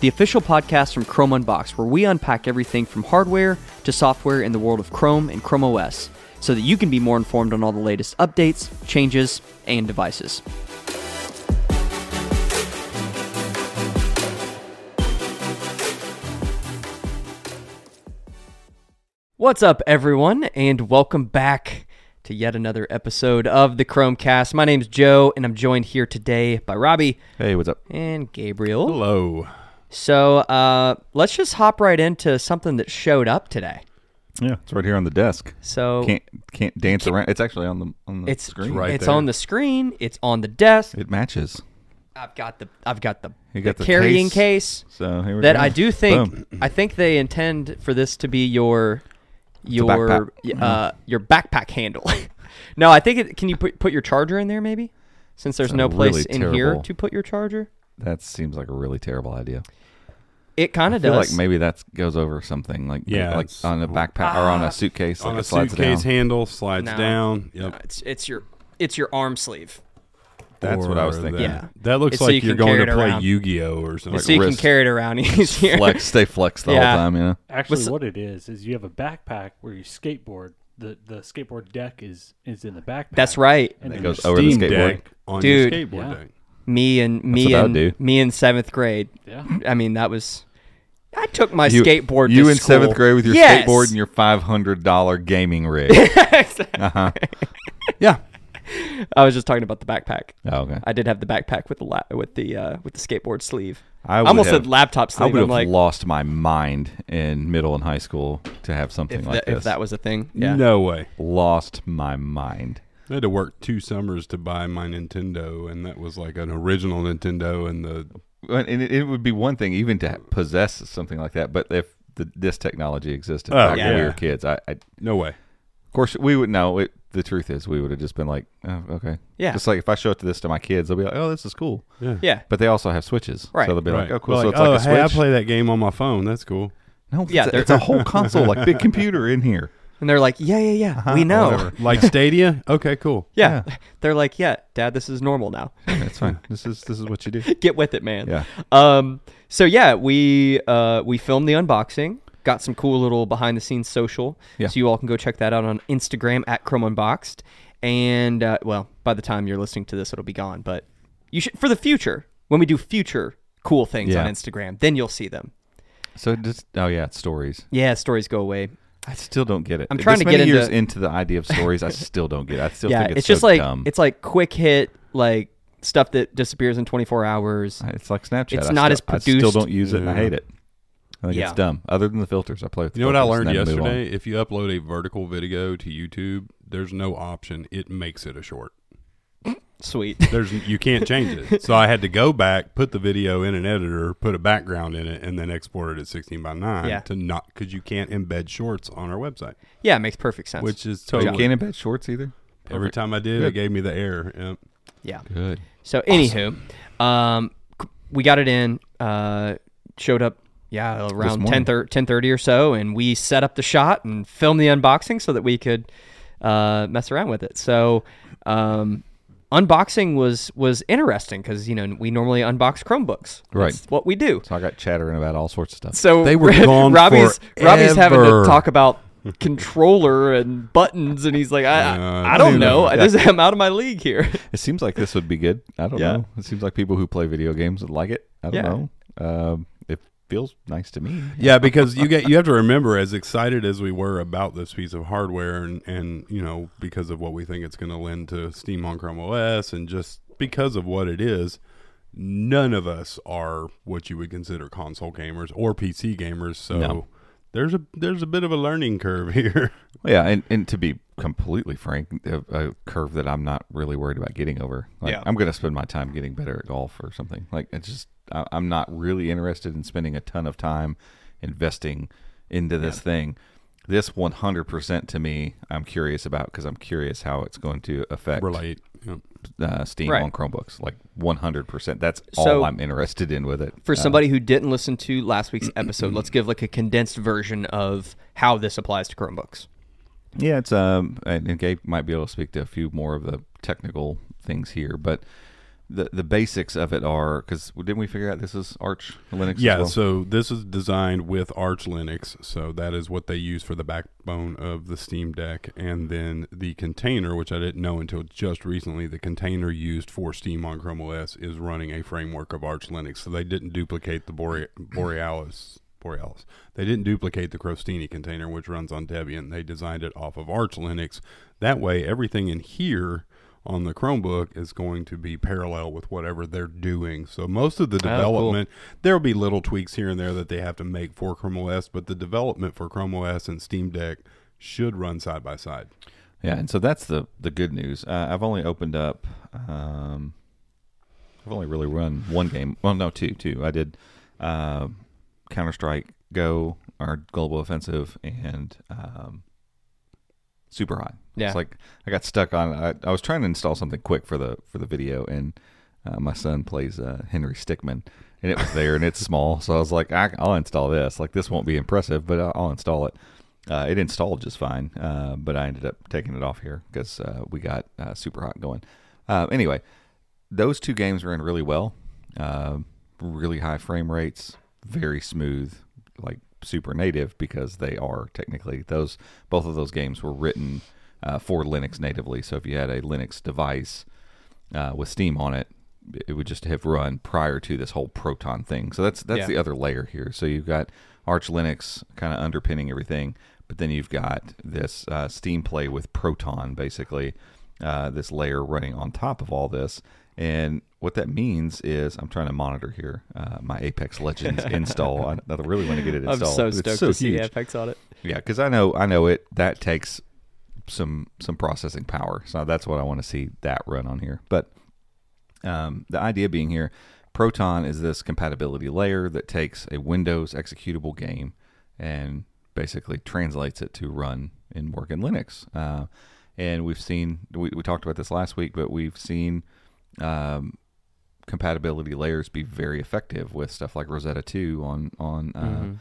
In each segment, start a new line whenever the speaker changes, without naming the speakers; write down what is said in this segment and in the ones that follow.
the official podcast from Chrome Unbox, where we unpack everything from hardware to software in the world of Chrome and Chrome OS, so that you can be more informed on all the latest updates, changes, and devices. What's up, everyone, and welcome back to yet another episode of the Chromecast. My name's Joe, and I'm joined here today by Robbie
Hey, what's up?
and Gabriel.
Hello.
So uh, let's just hop right into something that showed up today.
Yeah, it's right here on the desk.
So
Can't can't dance around. It's actually on the on the
it's
screen.
right
it's
there.
on the screen. It's on the desk.
It matches.
I've got the I've got the,
You got the
carrying
case.
case
So here we
that
go.
I do think
Boom.
I think they intend for this to be your your
backpack. Mm-hmm.
uh, your backpack handle. no, I think it, can you put put your charger in there maybe since there's
Sounds
no place
really
in here
terrible.
to put your charger.
that seems like a really terrible idea.
It kind
I
of
feel
does.
like maybe that goes over something like
Yeah,
like
it's-
on a backpack or on a suitcase.
on
like
a
it slides
suitcase
down.
handle slides
No.
down.
No,
Yep,
it's it's your it's your arm sleeve.
That's what I was
Or
thinking.
That,
Yeah.
that looks
It's so
like
you
you're
can
going
carry
to
it
play
around.
Yu-Gi-oh or something.
so you can
wrist.
carry it around easier.
Flex, stay flexed the
Yeah.
whole time. You know.
Actually,
What's-
what it is is you have a backpack where you skateboard. the The skateboard deck is is in the backpack.
That's right.
And
That
then
goes
the
over the
steam-
skateboard.
deck on
Dude.
your skateboard
Yeah.
deck.
me and me
what I
and
do.
me in seventh grade.
Yeah,
I mean, that was. I took my
You,
skateboard.
You
to
in
school.
seventh grade with your
Yes!
skateboard and your five hundred dollar gaming rig.
Yeah,
I was just talking about the backpack.
oh, okay.
I did have the backpack with the la- with the uh, with the skateboard sleeve.
I would
almost
have-
said laptop
I
sleeve.
would
I'm
have
like,
lost my mind in middle and high school to have something
if,
like
that,
this.
if that was a thing, yeah.
no way.
lost my mind.
I had to work two summers to buy my Nintendo, and that was like an original Nintendo. And the
And and it, it would be one thing even to possess something like that, but if the, this technology existed
Oh,
back when we
yeah.
were kids, I, I of
no way.
course we would know. It, the truth is, we would have just been like, oh, okay,
Yeah.
Just like if I show it to this to my kids, they'll be like, oh, this is cool.
Yeah,
But they also have switches,
Right.
So they'll be like, oh, cool.
Like,
so it's
oh,
like a
hey, I
switch.
play that game on my phone. That's cool.
no,
Yeah,
it's, a-
they're-
it's a whole console, like big computer in here.
and they're like, yeah, yeah, yeah. we
or
know.
Uh-huh. Oh, whatever.
Like Stadia. Okay, cool.
Yeah. they're like, yeah, Dad, this is normal now.
That's fine. this is this is what you do.
Get with it, man.
Yeah.
Um. So yeah, we uh we filmed the unboxing. Got some cool little behind the scenes social.
Yeah.
So you all can go check that out on Instagram at Chrome Unboxed. And uh, well, by the time you're listening to this, it'll be gone. But you should for the future when we do future cool things
Yeah.
on Instagram, then you'll see them.
So just oh yeah, it's stories.
Yeah, stories go away.
I still don't get it.
I'm trying
This
to get
many years
into-
the idea of stories. I still don't get. it. I still
yeah,
think it's,
it's, just
so
like
dumb.
it's like quick hit like stuff that disappears in 24 hours.
It's like Snapchat.
It's
I
not as
still- I still
produced.
don't use it, and I
Yeah.
hate it. I think
Yeah.
it's dumb. Other than the filters, I play with. The
You know what I
filters and
learned
then move on.
yesterday? If you upload a vertical video to YouTube, there's no option. It makes it a short.
Sweet.
There's you can't change it. So I had to go back, put the video in an editor, put a background in it, and then export it at 16 by 9
Yeah.
to not because you can't embed shorts on our website,
Yeah, it makes perfect sense.
which is
Oh,
totally.
you can't embed shorts either.
Every time I did, it gave me the error. Yep.
yeah.
Good.
So, anywho, um, c- we got it in. Uh, showed up, yeah, around 10
morning.
10:30 or so, and we set up the shot and filmed the unboxing so that we could uh, mess around with it. So, um, unboxing was was interesting because you know we normally unbox Chromebooks.
Right.
That's what we do.
So I got chattering about all sorts of stuff.
So
They were gone
Robbie's Robbie's having to
forever.
talk about controller and buttons, and he's like, I
Yeah,
I, I don't
dude.
know. I just I'm out of my league here.
It seems like this would be good. I don't
Yeah.
know. It seems like people who play video games would like it. I
Yeah.
don't know. Um, it feels nice to me.
yeah, because you get you have to remember, as excited as we were about this piece of hardware, and and you know because of what we think it's going to lend to Steam on Chrome OS, and just because of what it is, none of us are what you would consider console gamers or PC gamers. So
No.
there's a there's a bit of a learning curve here.
Yeah, and, and to be completely frank, a, a curve that I'm not really worried about getting over. Like,
Yeah.
I'm going to spend my time getting better at golf or something. Like, it's just, I, I'm not really interested in spending a ton of time investing into this thing. This 100% to me, I'm curious about because I'm curious how it's going to affect
Relate. Yeah.
uh, Steam
Right.
on Chromebooks. Like 100%. That's
So-
all I'm interested in with it.
For
Uh,
somebody who didn't listen to last week's episode, let's give like a condensed version of how this applies to Chromebooks.
Yeah, it's um, and, and Gabe might be able to speak to a few more of the technical things here, but the the basics of it are because didn't we figure out this is Arch Linux? as
Yeah,
well?
so this is designed with Arch Linux, so that is what they use for the backbone of the Steam Deck, and then the container, which I didn't know until just recently, the container used for Steam on Chrome OS is running a framework of Arch Linux, so they didn't duplicate the Bore- Borealis. Borealis. They didn't duplicate the Crostini container, which runs on Debian. They designed it off of Arch Linux. That way, everything in here on the Chromebook is going to be parallel with whatever they're doing. So most of the
Oh,
cool.
development, there'll be little tweaks here and there that they have to make for Chrome OS, but the development for Chrome OS and Steam Deck should run side by side.
yeah, and so that's the the good news. Uh, I've only opened up, um, I've only really run one game. Well, no, two, two. I did uh, Counter Strike Go, our Global Offensive, and um, super hot.
Yeah.
it's like I got stuck on. I, I was trying to install something quick for the for the video, and uh, my son plays uh, Henry Stickmin, and it was there, and it's small, so I was like, I, I'll install this. Like this won't be impressive, but I'll, I'll install it. Uh, it installed just fine, uh, but I ended up taking it off here because uh, we got uh, super hot going. Uh, anyway, those two games ran really well. Uh, really high frame rates, very smooth, like super native because they are technically those. Both of those games were written uh, for Linux natively. So if you had a Linux device uh, with Steam on it, it would just have run prior to this whole Proton thing. So that's that's
Yeah.
the other layer here. So you've got Arch Linux kind of underpinning everything, but then you've got this uh, Steam Play with Proton, basically uh, this layer running on top of all this. And what that means is, I'm trying to monitor here uh, my Apex Legends install. I, I really want to get it
I'm
installed.
so
It's
stoked
so
to see
huge.
Apex on it.
Yeah, because I know I know it. That takes some some processing power. So that's what I want to see that run on here. But um, the idea being here, Proton is this compatibility layer that takes a Windows executable game and basically translates it to run and work in Linux. Uh, and we've seen we, we talked about this last week, but we've seen um, compatibility layers be very effective with stuff like Rosetta 2 on on uh,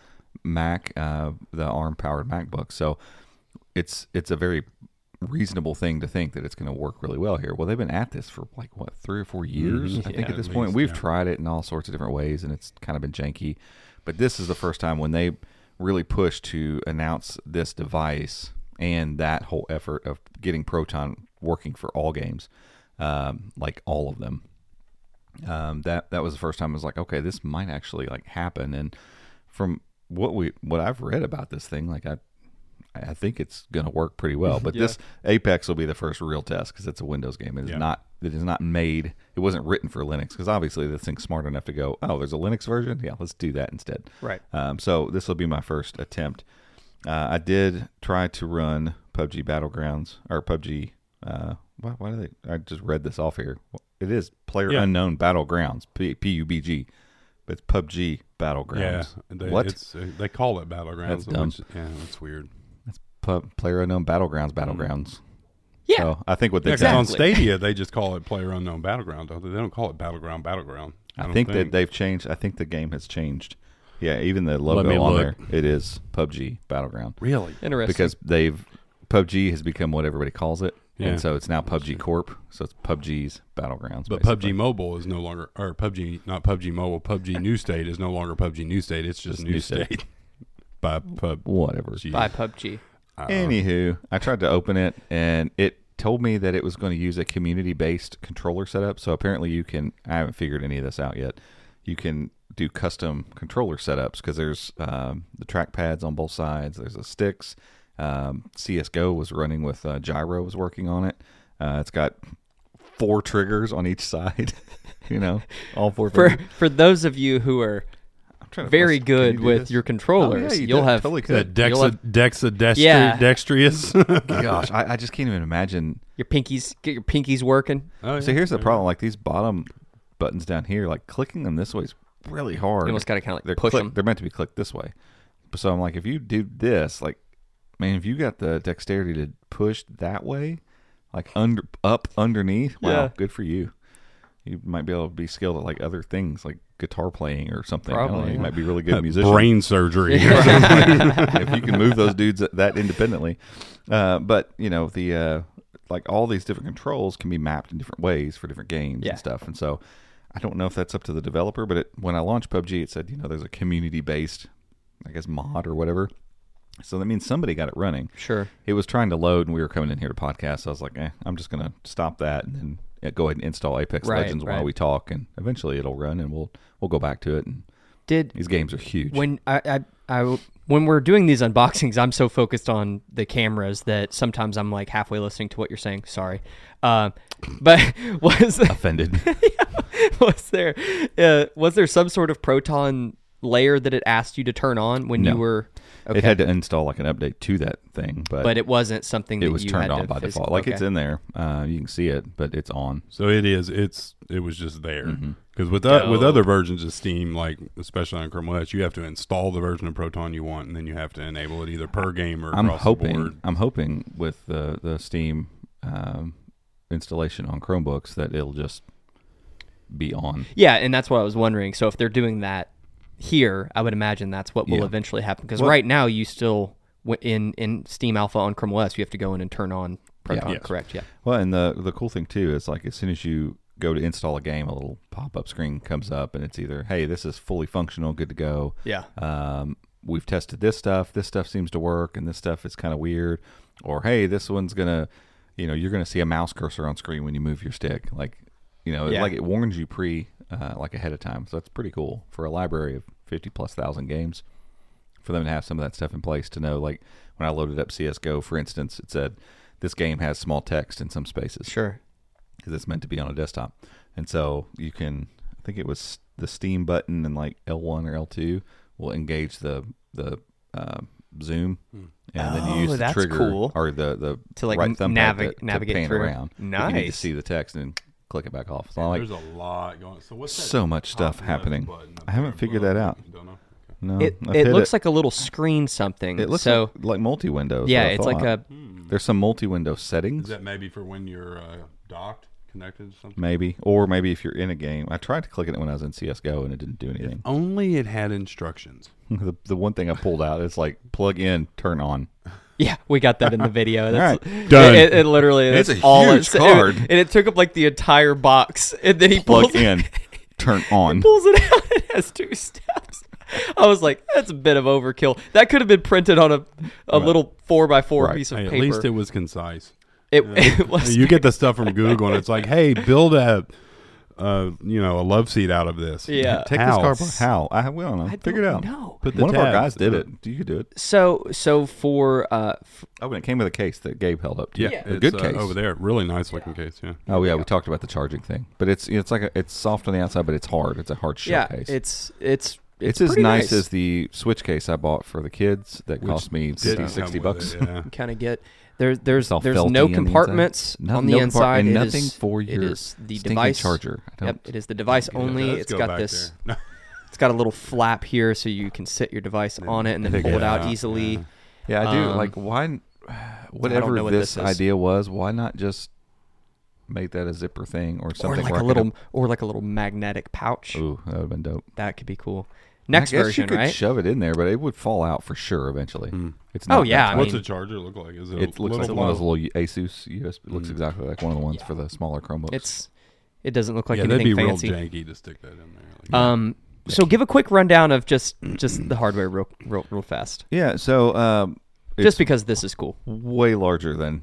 Mac, uh, the ARM powered MacBook. So it's it's a very reasonable thing to think that it's going to work really well here. Well, they've been at this for like what three or four years, I think.
Mm-hmm. Yeah,
At this
at
point,
least,
we've
yeah.
tried it in all sorts of different ways, and it's kind of been janky. But this is the first time when they really pushed to announce this device and that whole effort of getting Proton working for all games, um, like all of them um, that that was the first time I was like, okay, this might actually like happen. And from what we what I've read about this thing, like I I think it's going to work pretty well. But this Apex will be the first real test because it's a Windows game. It is
Yeah.
not it is not made. It wasn't written for Linux because obviously this thing's smart enough to go, oh, there's a Linux version. Yeah, let's do that instead.
Right.
Um, so this will be my first attempt. Uh, I did try to run PUBG Battlegrounds or PUBG uh, Why, why do they? I just read this off here. It is Player
Yeah.
Unknown Battlegrounds, P- PUBG. But it's PUBG
Yeah,
Battlegrounds.
they,
what?
It's, uh, they call it battlegrounds.
That's dumb.
Which, yeah, that's weird.
Pub, player Unknown Battlegrounds,
Mm.
Battlegrounds.
Yeah.
So I think what they
Yeah,
have
'cause
done,
on Stadia they just call it player unknown battleground. Don't they? They don't call it battleground battleground.
I,
don't
think, that they've changed. I think the game has changed. Yeah, even the logo
me
on
look.
there, it is PUBG Battleground
really.
Interesting.
because they've PUBG has become what everybody calls it,
Yeah.
and so it's now PUBG Corp. So it's PUBG's Battlegrounds.
But
basically.
PUBG Mobile is no longer, or PUBG, not PUBG Mobile, PUBG New State is no longer PUBG New State. It's just,
Just
New
New
State.
State.
By PUBG.
whatever.
by PUBG.
I
Um,
don't know.
Anywho, I tried to open it and it told me that it was going to use a community based controller setup. So apparently, you can, I haven't figured any of this out yet. You can do custom controller setups because there's um, the trackpads on both sides, there's the sticks. Um, CSGO was running with uh, Gyro, was working on it. Uh, it's got four triggers on each side, you know, all four.
For
fingers.
for those of you who are
I'm trying to-
very
can you
good
do
with
this?
your controllers,
Oh, yeah, you
you'll
de-
have-
totally
Is
could.
that
You'll
Dexa,
have-
Dexa Destri-
Yeah.
Dextrious?
Gosh, I, I just can't even imagine
your pinkies get your pinkies working.
Oh,
So
yeah.
here's the problem: like these bottom buttons down here, like clicking them this way is really hard.
You almost gotta kinda, like,
they're
push
click-
'em.
They're meant to be clicked this way. So I'm like, if you do this, like, man, if you got the dexterity to push that way, like under up underneath, wow,
Yeah.
good for you. You might be able to be skilled at like other things, like guitar playing or something. I don't know,
Probably,
you
yeah.
might be really good musician
Brain surgery.
if you can move those dudes that independently. Uh, but you know the uh, like all these different controls can be mapped in different ways for different games
Yeah.
and stuff. And so I don't know if that's up to the developer, but it, when I launched PUBG, it said you know there's a community based, I guess mod or whatever. So that means somebody got it running.
Sure.
It was trying to load, and we were coming in here to podcast. So I was like, eh, I'm just gonna stop that and then uh, go ahead and install Apex
Right,
Legends while
right.
we talk, and eventually it'll run, and we'll we'll go back to it. And
Did
these games are huge.
when I, I I when we're doing these unboxings, I'm so focused on the cameras that sometimes I'm like halfway listening to what you're saying. Sorry, uh, but was
offended.
was there uh, was there some sort of proton layer that it asked you to turn on when you
No.
were? Okay,
It had to install like an update to that thing, but,
but it wasn't something that
uh, it was
you
turned
had
on
to
by
phys-
default. Like
okay.
it's in there, uh, you can see it, but it's on.
So it is. It's it was just there
Mm-hmm.
because with o- with other versions of Steam, like especially on Chrome OS, you have to install the version of Proton you want, and then you have to enable it either per game or
I'm
across the board.
hoping. I'm hoping with the the Steam um, installation on Chromebooks that it'll just be on.
Yeah, and that's what I was wondering. So if they're doing that here, I would imagine that's what will
Yeah.
eventually happen. Because
Well-
right now, you still w- in in Steam Alpha on Chrome OS, you have to go in and turn on Proton.
yes.
Correct. Yeah.
Well, and the the cool thing too is like as soon as you go to install a game, a little pop up screen comes up, and it's either hey, this is fully functional, good to go.
Yeah.
um, we've tested this stuff this stuff seems to work and this stuff is kind of weird or hey this one's gonna you know you're gonna see a mouse cursor on screen when you move your stick like you know
Yeah.
like it warns you pre uh, like ahead of time so that's pretty cool for a library of 50 plus thousand games for them to have some of that stuff in place to know like when i loaded up csgo for instance it said this game has small text in some spaces
Sure.
because it's meant to be on a desktop. And so you can, I think it was the Steam button and like L1 or L2 will engage the the uh, zoom, and then
Oh,
you use the
that's
trigger
cool.
or the the
To, like,
right
n-
thumbpad
navi-
to- to
navigate
pan
through.
around. If you need to
Nice.
see the text and click it back off. So I'm like,
There's a lot going. So what's that
So much stuff
top left
happening.
button up
I haven't
there
figured
above?
that out.
Don't know. Okay.
no,
it
I've
it
hit
looks like a little screen something.
it looks
so
like, like multi window.
yeah, it's like a
there's some multi window
Is
settings.
that maybe for when you're uh, docked, connected, to something?
Maybe, or maybe if you're in a game, I tried to click it when I was in CS:GO and it didn't do anything.
Only it had instructions.
the, the one thing I pulled out is like plug in, turn on.
yeah. We got that in the video. That's,
right.
Done.
It, it literally
It's
that's
a
all
huge
it's- it-
card.
and it took up like the entire box. And then he pulls
plug
it,
in, turn on.
pulls it out. It has two steps. I was like, that's a bit of overkill. That could have been printed on a a little four by four
Right.
piece of
Hey, at
paper.
least it was concise.
It, it was.
you get the stuff from Google, and it's like, hey, build a, uh, you know, a love seat out of this.
Yeah.
Take
How?
this cardboard. How? I, we don't know.
don't
Figure it out.
know.
Put the
one of our
tabs-
guys did it. You could do it.
So so for uh, f-
Oh, and it came with a case that Gabe held up. To.
Yeah,
a
it's,
good
uh,
case
over there. Really nice looking case. Yeah,
Oh yeah, we talked about the charging thing, but it's it's like a, it's soft on the outside, but it's hard. It's a hard shell
yeah,
case.
it's it's
It's, as
pretty
nice,
nice.
as the switch case I bought for the kids that
Which
cost me
didn't
50,
come
60
with
bucks.
it, yeah.
kind of get there. There's
It's all
there's
felty
no
on the inside.
compartments
No-
on the
no compart-
inside.
and
It
nothing
is-
for your
it is the
stinking
device
charger. I
Yep,
don't-
it is the device only.
let's
it's
go
got
back
this.
there.
It's got a little flap here, so you can set your device on it and then
pick
pull
it
it out
out,
easily.
yeah.
Yeah, I do.
Um,
like, why? Whatever
know what
this,
this is.
idea was, why not just make that a zipper thing or something?
Or like
where I
a
could-
little, or like a little magnetic pouch.
Ooh, that would have been dope.
That could be cool. Next
I guess
version,
you could
right?
shove it in there, but it would fall out for sure eventually. It's
Oh,
that
yeah, I
tight.
mean-
What's a charger look like? Is it,
it
a
looks like
little
one of those
block?
Hmm. little Hmm. Asus USB. It looks exactly like one of the ones for the smaller Chromebooks.
it's. It doesn't look like
yeah, that'd
anything
be
fancy.
real janky to stick that in there.
Uh,
Like,
Um, so give a quick rundown of just just the hardware real real, real fast,
yeah. So um, it's
just because this is cool.
way larger than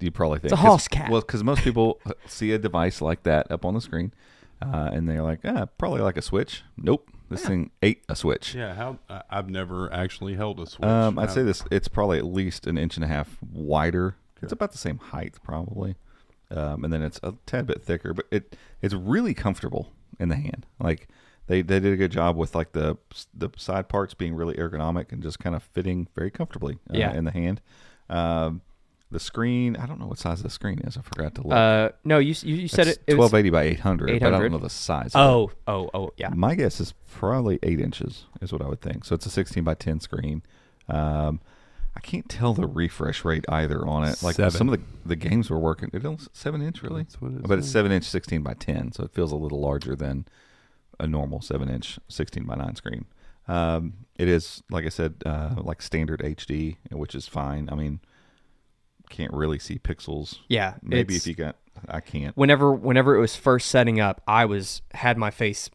you probably think.
a
'Cause-
hoss cat.
Well, because most people see a device like that up on the screen, uh, and they're like, ah, probably like a switch. Nope, this thing ate a switch.
yeah, how I, I've never actually held a switch.
Um, I'd
I-
say this. It's probably at least an inch and a half wider. It's about the same height, probably, um, and then it's a tad bit thicker. But it it's really comfortable in the hand. Like they, they did a good job with like the the side parts being really ergonomic and just kind of fitting very comfortably uh,
Yeah.
in the hand. Um, the screen, I don't know what size the screen is. I forgot to look.
Uh, no, you you, you said
It's
it. it was-
1280 by 800, but I
800.
don't know the size. of it.
Oh, oh, oh, yeah.
My guess is probably eight inches is what I would think. So it's a 16 by 10 screen. Um, I can't tell the refresh rate either on it. Like
Seven.
some of the, the games were working. It don't seven inch really,
That's what it
but it's
says.
seven inch 16 by 10, so it feels a little larger than a normal seven inch 16 by 9 screen. Um, it is like I said, uh, like standard HD, which is fine. I mean, can't really see pixels.
Yeah,
Maybe
it's-
if you got, I can't.
whenever whenever it was first setting up, I was had my face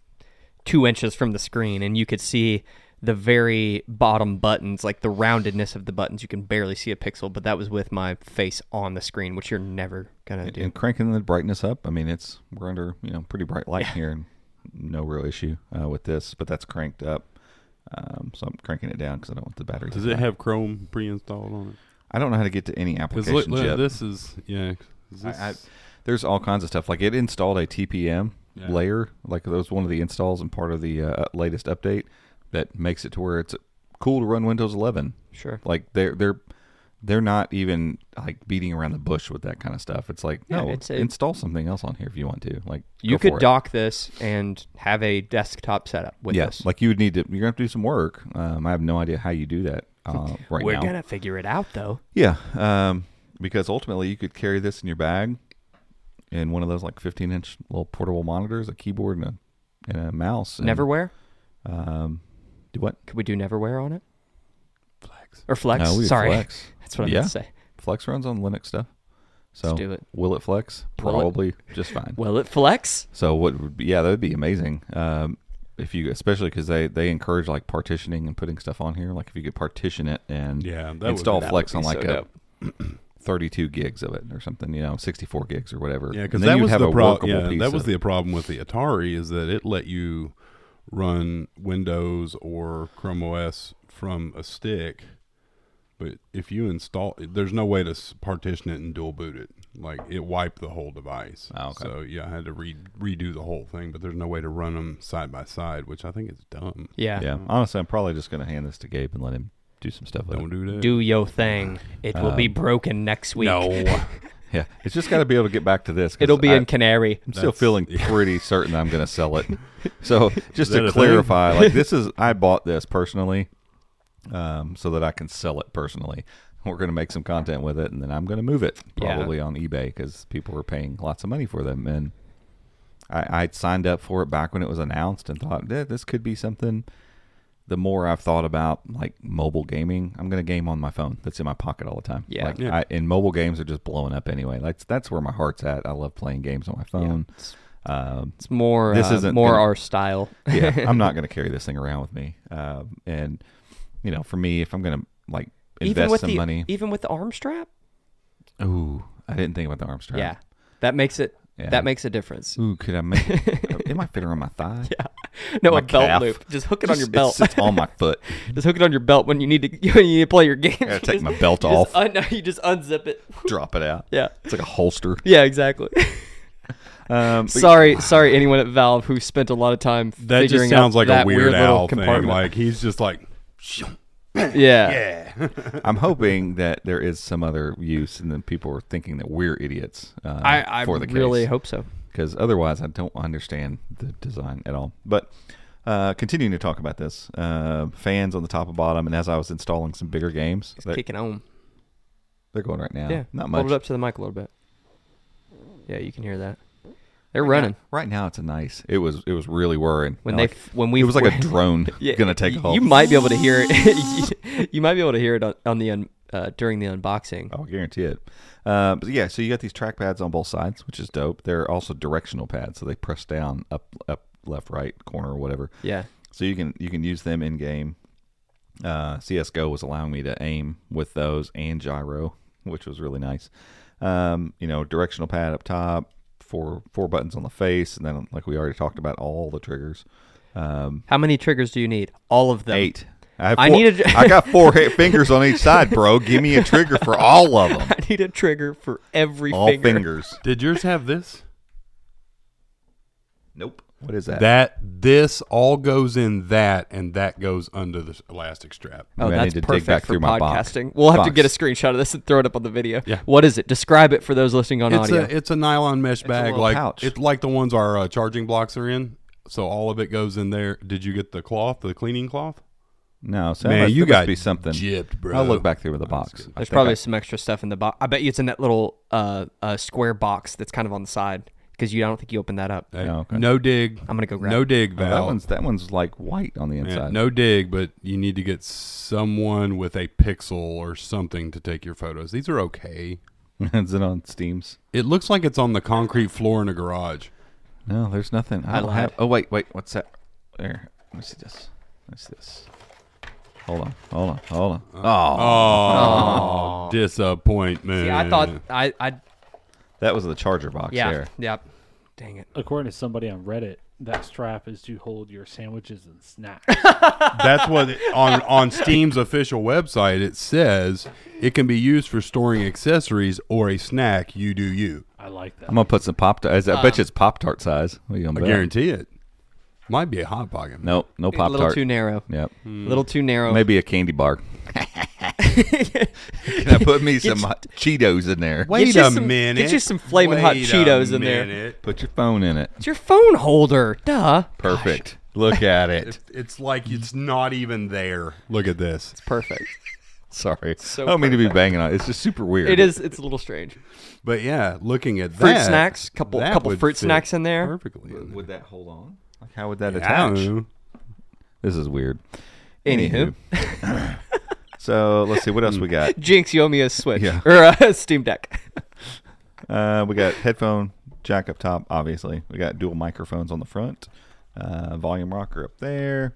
two inches from the screen, and you could see the very bottom buttons, like the roundedness of the buttons. You can barely see a pixel, but that was with my face on the screen, which you're never gonna do.
and cranking the brightness up. I mean, it's we're under you know pretty bright light here, and no real issue uh, with this. But that's cranked up, um, so I'm cranking it down because I don't want the battery.
does
to
it
die.
have Chrome pre-installed on it?
I don't know how to get to any
'Cause
applications
look, look,
yet.
this is yeah. 'cause This,
I, I, there's all kinds of stuff. Like it installed a TPM
Yeah.
layer. Like that was one of the installs and part of the uh, latest update that makes it to where it's cool to run Windows 11.
Sure.
Like they're they're they're not even like beating around the bush with that kind of stuff. It's like
Yeah,
no,
it's a-
install something else on here if you want to. Like
You
go for
could
it.
dock this and have a desktop setup with
yeah,
this.
like you would need to. You're gonna have to do some work. Um, I have no idea how you do that uh, right
We're
now.
gonna figure it out though.
Yeah, um, because ultimately you could carry this in your bag, in one of those like 15 inch little portable monitors, a keyboard, and a, and a mouse. And,
Neverwhere?
Um, do what?
Could we do Neverware on it
flex.
or Flex?
No, we did
Sorry,
Flex.
that's what I
Yeah.
meant to say.
Flex runs on Linux stuff. So
Let's do it.
will it flex?
Will it?
Probably just fine.
Will it Flex?
So what? Would be, yeah, that would be amazing. Um, if you, especially because they they encourage like partitioning and putting stuff on here. Like if you could partition it and
Yeah, that would
install
be-
Flex
That
on
would be
like
so
a
dope.
32 gigs of it or something, you know, 64 gigs or whatever.
Yeah,
And
because
then
that
you'd
was
have
the
a
problem.
workable
Yeah,
piece
that was
of-
the problem with the Atari is that it let you run Windows or Chrome OS from a stick, but if you install, there's no way to s- partition it and dual boot it. Like it wiped the whole device.
Oh, okay.
So yeah, I had to re- redo the whole thing, but there's no way to run them side by side, which I think is dumb.
Yeah.
Yeah, honestly, I'm probably just going to hand this to Gabe and let him do some stuff with
Don't
it.
do that.
Do yo thing. It will
Um,
be broken next week.
no.
Yeah, it's just got to be able to get back to this. 'cause
It'll be
I,
in Canary.
I'm still feeling pretty certain I'm going to sell it. So just
that
to
a thing?
clarify, like this is I bought this personally, um, so that I can sell it personally. We're going to make some content with it, and then I'm going to move it
Yeah.
probably on eBay because people are paying lots of money for them. And I, I signed up for it back when it was announced and thought "Eh, this could be something. The more I've thought about like mobile gaming, I'm going to game on my phone. That's in my pocket all the time.
Yeah.
like,
Yeah.
I, and mobile games are just blowing up anyway. Like that's where my heart's at. I love playing games on my phone.
It's,
Um,
it's more
This
uh,
isn't
more
gonna-
our style.
yeah, I'm not going to carry this thing around with me. Um, and you know, for me, if I'm going to like
even
invest
with
some
the e
money,
even with the arm strap.
ooh, I didn't think about the arm strap.
Yeah, that makes it
Yeah.
that makes a difference.
Ooh, could I make? it might fit around my thigh. Yeah,
No,
my
a belt
calf.
loop. Just hook it on your
It
belt.
sits on my foot.
Just hook it on your belt when you need to when you need to play your game.
gotta
You
take
just-
my belt
you just
off.
un- you just unzip it.
Drop it out.
Yeah.
it's like a holster.
Yeah, exactly.
Um, but-
sorry, sorry, anyone at Valve who spent a lot of time
That
figuring
just sounds
out
like a
that
weird,
little
owl thing.
compartment.
Like he's just like,
yeah.
I'm hoping that there is some other use, and then people are thinking that we're idiots uh,
I, I
for the
really
case.
hope so.
because otherwise I don't understand the design at all. But uh, continuing to talk about this, uh, fans on the top and bottom, and as I was installing some bigger games, they're,
Kicking home.
they're going right now.
Yeah,
not
Hold
much.
it up to the mic a little bit. Yeah, you can hear that. They're running
Right now, it's a nice. It was it was really worrying
when
I
they
like-
f- when we
it was like a
when-
drone
Yeah,
gonna take
y-
off.
You might be able to hear it. you might be able to hear it on, on the un, uh, during the unboxing.
I'll guarantee it. Uh, but yeah, so you got these track pads on both sides, which is dope. They're also directional pads, so they press down up up left right corner or whatever.
Yeah,
so you can you can use them in game. Uh, CS:GO was allowing me to aim with those and gyro, which was really nice. Um, you know, directional pad up top, four four buttons on the face, and then like we already talked about, all the triggers. Um,
How many triggers do you need? All of them.
eight. I, have
I
four-
need a-
I got four hit fingers on each side, bro. Give me a trigger for all of them.
I need a trigger for every
All
finger.
fingers.
did yours have this?
Nope. What is that?
That this all goes in that, and that goes under the elastic strap.
Oh,
Maybe I
that's
need to dig
perfect
back
for
through my box.
podcasting. We'll have to
Box.
get a screenshot of this and throw it up on the video.
Yeah.
What is it? Describe it for those listening on
It's
audio.
a it's a nylon mesh bag,
little
like
pouch.
it's like the ones our uh, charging blocks are in. So all of it goes in there. Did you get the cloth, the cleaning cloth?
No, so
Man,
that must,
you
that must
got
be something.
gypped, bro.
I'll look back through the box. I
There's
think
probably
I-
some extra stuff in the box. I bet you it's in that little uh, uh, square box that's kind of on the side because you I don't think you opened that up.
Hey,
Oh, okay.
No dig.
I'm gonna go grab
No
it.
dig,
Oh,
Val.
that one's that one's like white on the
Yeah,
inside.
no dig, but you need to get someone with a pixel or something to take your photos. These are okay.
Is it on Steam's?
It looks like it's on the concrete floor in a garage.
No, there's nothing. I,
I
don't
lied.
have. Oh wait, wait. What's that? There. Let me see this. What's this? Hold on. Hold on. Hold on.
Uh.
Oh,
Oh, disappointment.
Yeah, I thought I, I
that was the charger box
yeah,
there.
yeah. Dang it.
According to somebody on Reddit, that strap is to hold your sandwiches and snacks.
That's what it- on on Steam's official website it says it can be used for storing accessories or a snack. You do you.
I like that.
I'm gonna put some pop. tarts I
Uh.
bet you it's pop tart size. What are you gonna
I
bet?
guarantee it. Might be a hot pocket.
Nope. No
A
pop
little
tart.
too narrow. Oh.
Yep.
A little too narrow.
Maybe a candy bar. Can I put me some hot Cheetos in there?
Wait
you
a
some-
minute.
get you some Flamin' Hot
Wait a
Cheetos in there.
minute.
Put your phone in it.
It's your phone holder. Duh.
Perfect. Look at it.
It's like it's not even there. Look at this.
Perfect.
Sorry.
So
I don't mean to be banging on it. It's just super weird.
It is. It's a little strange.
But yeah, looking at
Fruit
that,
snacks, couple-
that
couple
would
fruit
fit
snacks in there.
perfectly. in there.
Would that hold on? Like how would that attach?
Ouch.
This is weird.
Anywho,
so let's see what else we got.
Jinx, you owe me a Switch
Yeah.
or a Steam Deck. Mm.
Uh, we got headphone jack up top, obviously. We got dual microphones on the front, uh, volume rocker up there,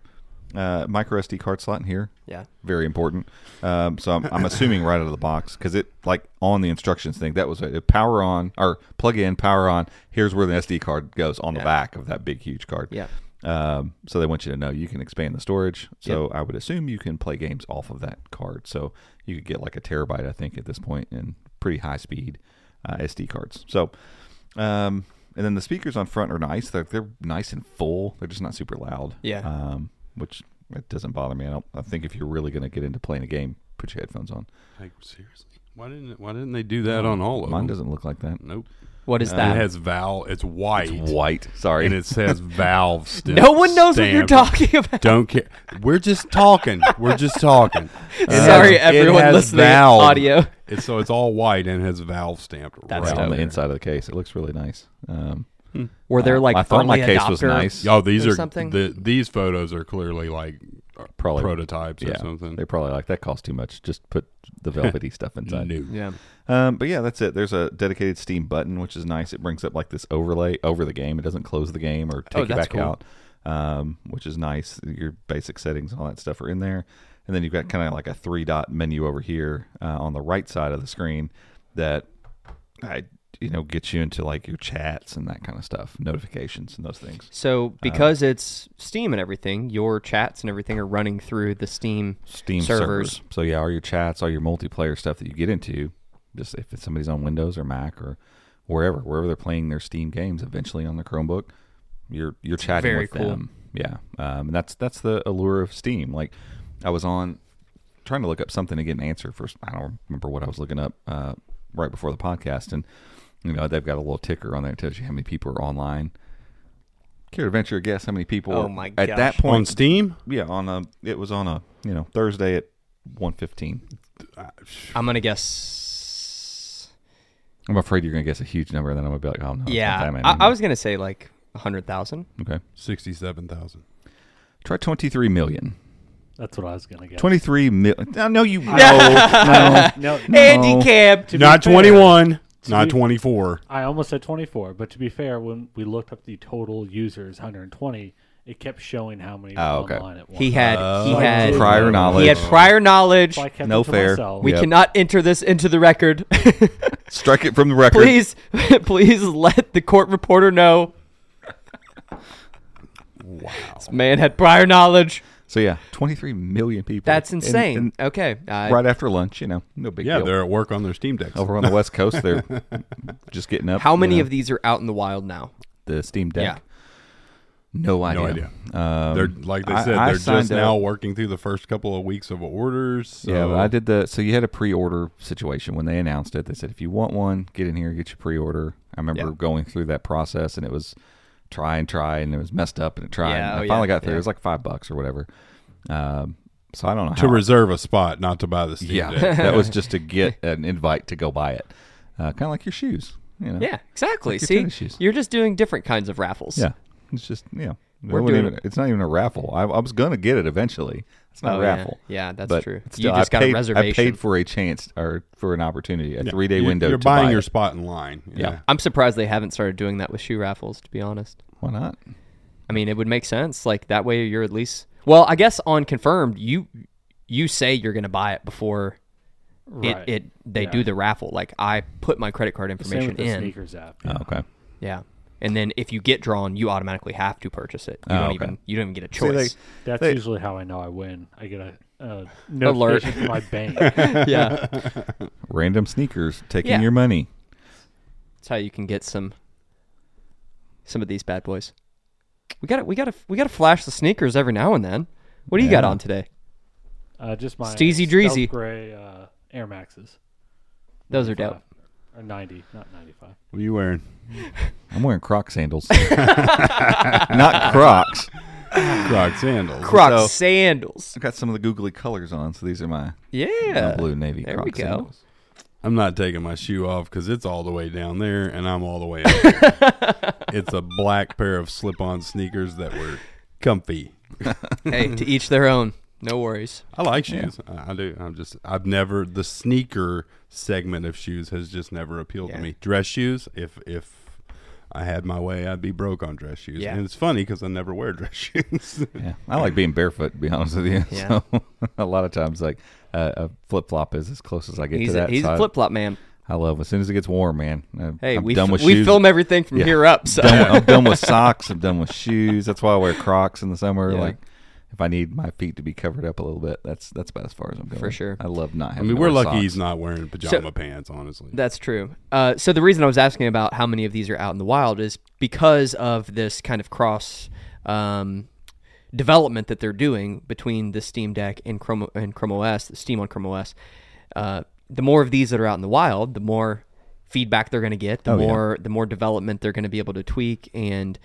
uh, micro SD card slot in here.
Yeah.
Very important. Um, so I'm, I'm assuming right out of the box because it like on the instructions thing that was it. Power on or plug in, power on. Here's where the SD card goes on the back of that big huge card.
Yeah.
Um, so they want you to know you can expand the storage. So I would assume you can play games off of that card. So you could get like a terabyte, I think, at this point, and pretty high speed uh, SD cards. So, um, and then the speakers on front are nice. They're they're nice and full. They're just not super loud.
Yeah.
Um, which it doesn't bother me. I don't. I think if you're really going to get into playing a game, put your headphones on.
Like seriously, why didn't why didn't they do that on all of
Mine
them?
doesn't look like that.
Nope.
What
Uh,
is
It
that?
has valve. It's white.
White. Sorry.
and it says valve. Stem,
no one knows what you're
stamped.
talking about.
Don't care. We're just talking. We're just talking. It
Sorry,
has- it
everyone
has
listening to
valve.
audio.
It's, so it's all white and has valve stamped
That's
right
Right on
on
the
there.
inside of the case, it looks really nice. Um,
Were there like
I thought my
early
case was
adopter-
nice.
Oh, these
There's
are
something?
The, these photos are clearly like uh,
Probably-
prototypes or something.
They probably like that costs too much. Just put the velvety stuff inside.
New.
Yeah.
Um, but yeah, that's it. There's a dedicated Steam button, which is nice. It brings up like this overlay over the game. It doesn't close the game or take
Oh,
you
that's
back
cool.
out, um, which is nice. Your basic settings and all that stuff are in there. And then you've got kind of like a three dot menu over here uh, on the right side of the screen that I you know gets you into like your chats and that kind of stuff, notifications and those things.
So because it's Steam and everything, your chats and everything are running through the Steam
Steam servers. So yeah, all your chats, all your multiplayer stuff that you get into, just if it's somebody's on Windows or Mac or wherever wherever they're playing their Steam games. Eventually on the Chromebook, you're you're chatting
Very
with
cool.
them. Yeah, um, and that's that's the allure of Steam. Like I was on trying to look up something to get an answer for. I don't remember what I was looking up uh, right before the podcast, and you know they've got a little ticker on there that tells you how many people are online. Care to venture a guess how many people?
Oh
are-
my
At that
gosh.
on
point,
Steam.
yeah, on a it was on a you know Thursday at one fifteen.
I'm gonna guess.
I'm afraid you're gonna guess a huge number, and then I'm gonna be like, oh no, it's not that
Yeah,
many.
I, I was gonna say like hundred thousand.
okay.
Sixty-seven thousand.
Try twenty three million.
That's what I was gonna get.
Twenty three million. No, no, you
No, no,
Andy Cab.
to be
Not
fair,
twenty-one. Not
be-
twenty-four.
I almost said 24, but to be fair, when we looked up the total users, 120, it kept showing how many were
Oh, okay.
online at once.
He had he
Oh.
had
Prior
He had
knowledge.
prior knowledge.
So I kept
No
it to
fair.
Myself.
We
Yep.
cannot enter this into the record.
strike it from the record.
please, please let the court reporter know
Wow.
this man had prior knowledge.
So yeah, twenty three million people.
That's
And-
insane.
and
okay, uh, I-
right after lunch, you know, no big
Yeah,
deal.
they're at work on their Steam decks.
Oh,
Over on the West Coast, they're just getting up.
how many
you know,
of these are out in the wild now?
the Steam
Yeah.
Deck? No idea.
idea.
Um,
They're like they
I-
said,
I
they're
signed
just now
up-
working through the first couple of weeks of orders. So
Yeah, but I did the. So you had a pre-order situation when they announced it. They said if you want one, get in here, get your pre-order. I remember
Yeah.
going through that process, and it was try and try, and it was messed up, and it tried.
Yeah,
and
oh,
I finally
yeah,
got through.
yeah.
It was like five bucks or whatever. Um, so I don't know
to
how.
reserve a spot, not to buy the Steam
yeah,
Deck.
that was just to get an invite to go buy it. Uh, kind of like your shoes. You know?
Yeah, exactly.
Like your
See,
tennis shoes.
you're just doing different kinds of raffles.
Yeah. It's just yeah.
We're
It wasn't
doing
even- it's not even a raffle. I, I was gonna get it eventually. It's not
Oh,
a
yeah.
raffle.
Yeah, that's
But
true.
Still,
you just
I
got
paid-
a reservation.
I paid for a chance or for an opportunity, a three day
You-
window.
You're
to
buying
buy
your
it.
spot in line.
Yeah.
I'm surprised they haven't started doing that with shoe raffles. To be honest,
Why not?
I mean, it would make sense. Like that way, you're at least. Well, I guess on confirmed, you you say you're going to buy it before
Right.
it, it they
Yeah.
do the raffle. Like I put my credit card
Same
information
with the
in.
sneakers app.
Oh, okay.
Yeah. And then if you get drawn, you automatically have to purchase it. You
Oh,
don't
okay.
even you don't even get a
See, they-
choice.
That's
They-
usually how I know I win. I get a, a notification from my bank.
yeah.
random sneakers taking
Yeah.
your money.
That's how you can get some some of these bad boys. We got to we got to we got to flash the sneakers every now and then. What do you got
Yeah.
on today?
Uh, just my
Steezy
stealth
Dreezy.
gray uh, Air Maxes.
Those are dope.
Or 90, not 95.
What are you wearing?
I'm wearing Croc sandals, not Crocs.
Croc sandals.
Croc
So-
sandals.
I've got some of the googly colors on, so these are my, my
Yeah.
blue navy
Uh, There
Croc
we go.
sandals.
I'm not taking my shoe off because it's all the way down there and I'm all the way up here. it's a black pair of slip on sneakers that were comfy.
hey, to each their own. No worries.
I like shoes. I I do. I'm just, I've never, the sneaker segment of shoes has just never appealed
Yeah.
to me. Dress shoes, if, if I had my way, I'd be broke on dress shoes.
Yeah.
And it's funny because I never wear dress shoes.
Yeah, I like being barefoot. To be honest with you,
Yeah.
so a lot of times like uh, a flip flop is as close as I get
He's
to
a,
that.
he's
so
a
I-
flip-flop man.
I love as soon as it gets warm, man. I,
Hey,
I'm
we
done
f-
with
we
shoes.
film everything from
Yeah.
here up. So
Done with- I'm done with socks. I'm done with shoes. That's why I wear Crocs in the summer.
Yeah.
Like if I need my feet to be covered up a little bit, that's that's about as far as I'm going.
sure.
I love not.
I
Having
mean,
to
we're
wear
lucky
socks.
he's not wearing pajama pants, honestly.
That's true. Uh, so the reason I was asking about how many of these are out in the wild is because of this kind of cross um, development that they're doing between the Steam Deck and Chrome and Chrome OS, the Steam on Chrome OS. Uh, the more of these that are out in the wild, the more feedback they're going to get. The
Oh, yeah.
more the more development they're going to be able to tweak, and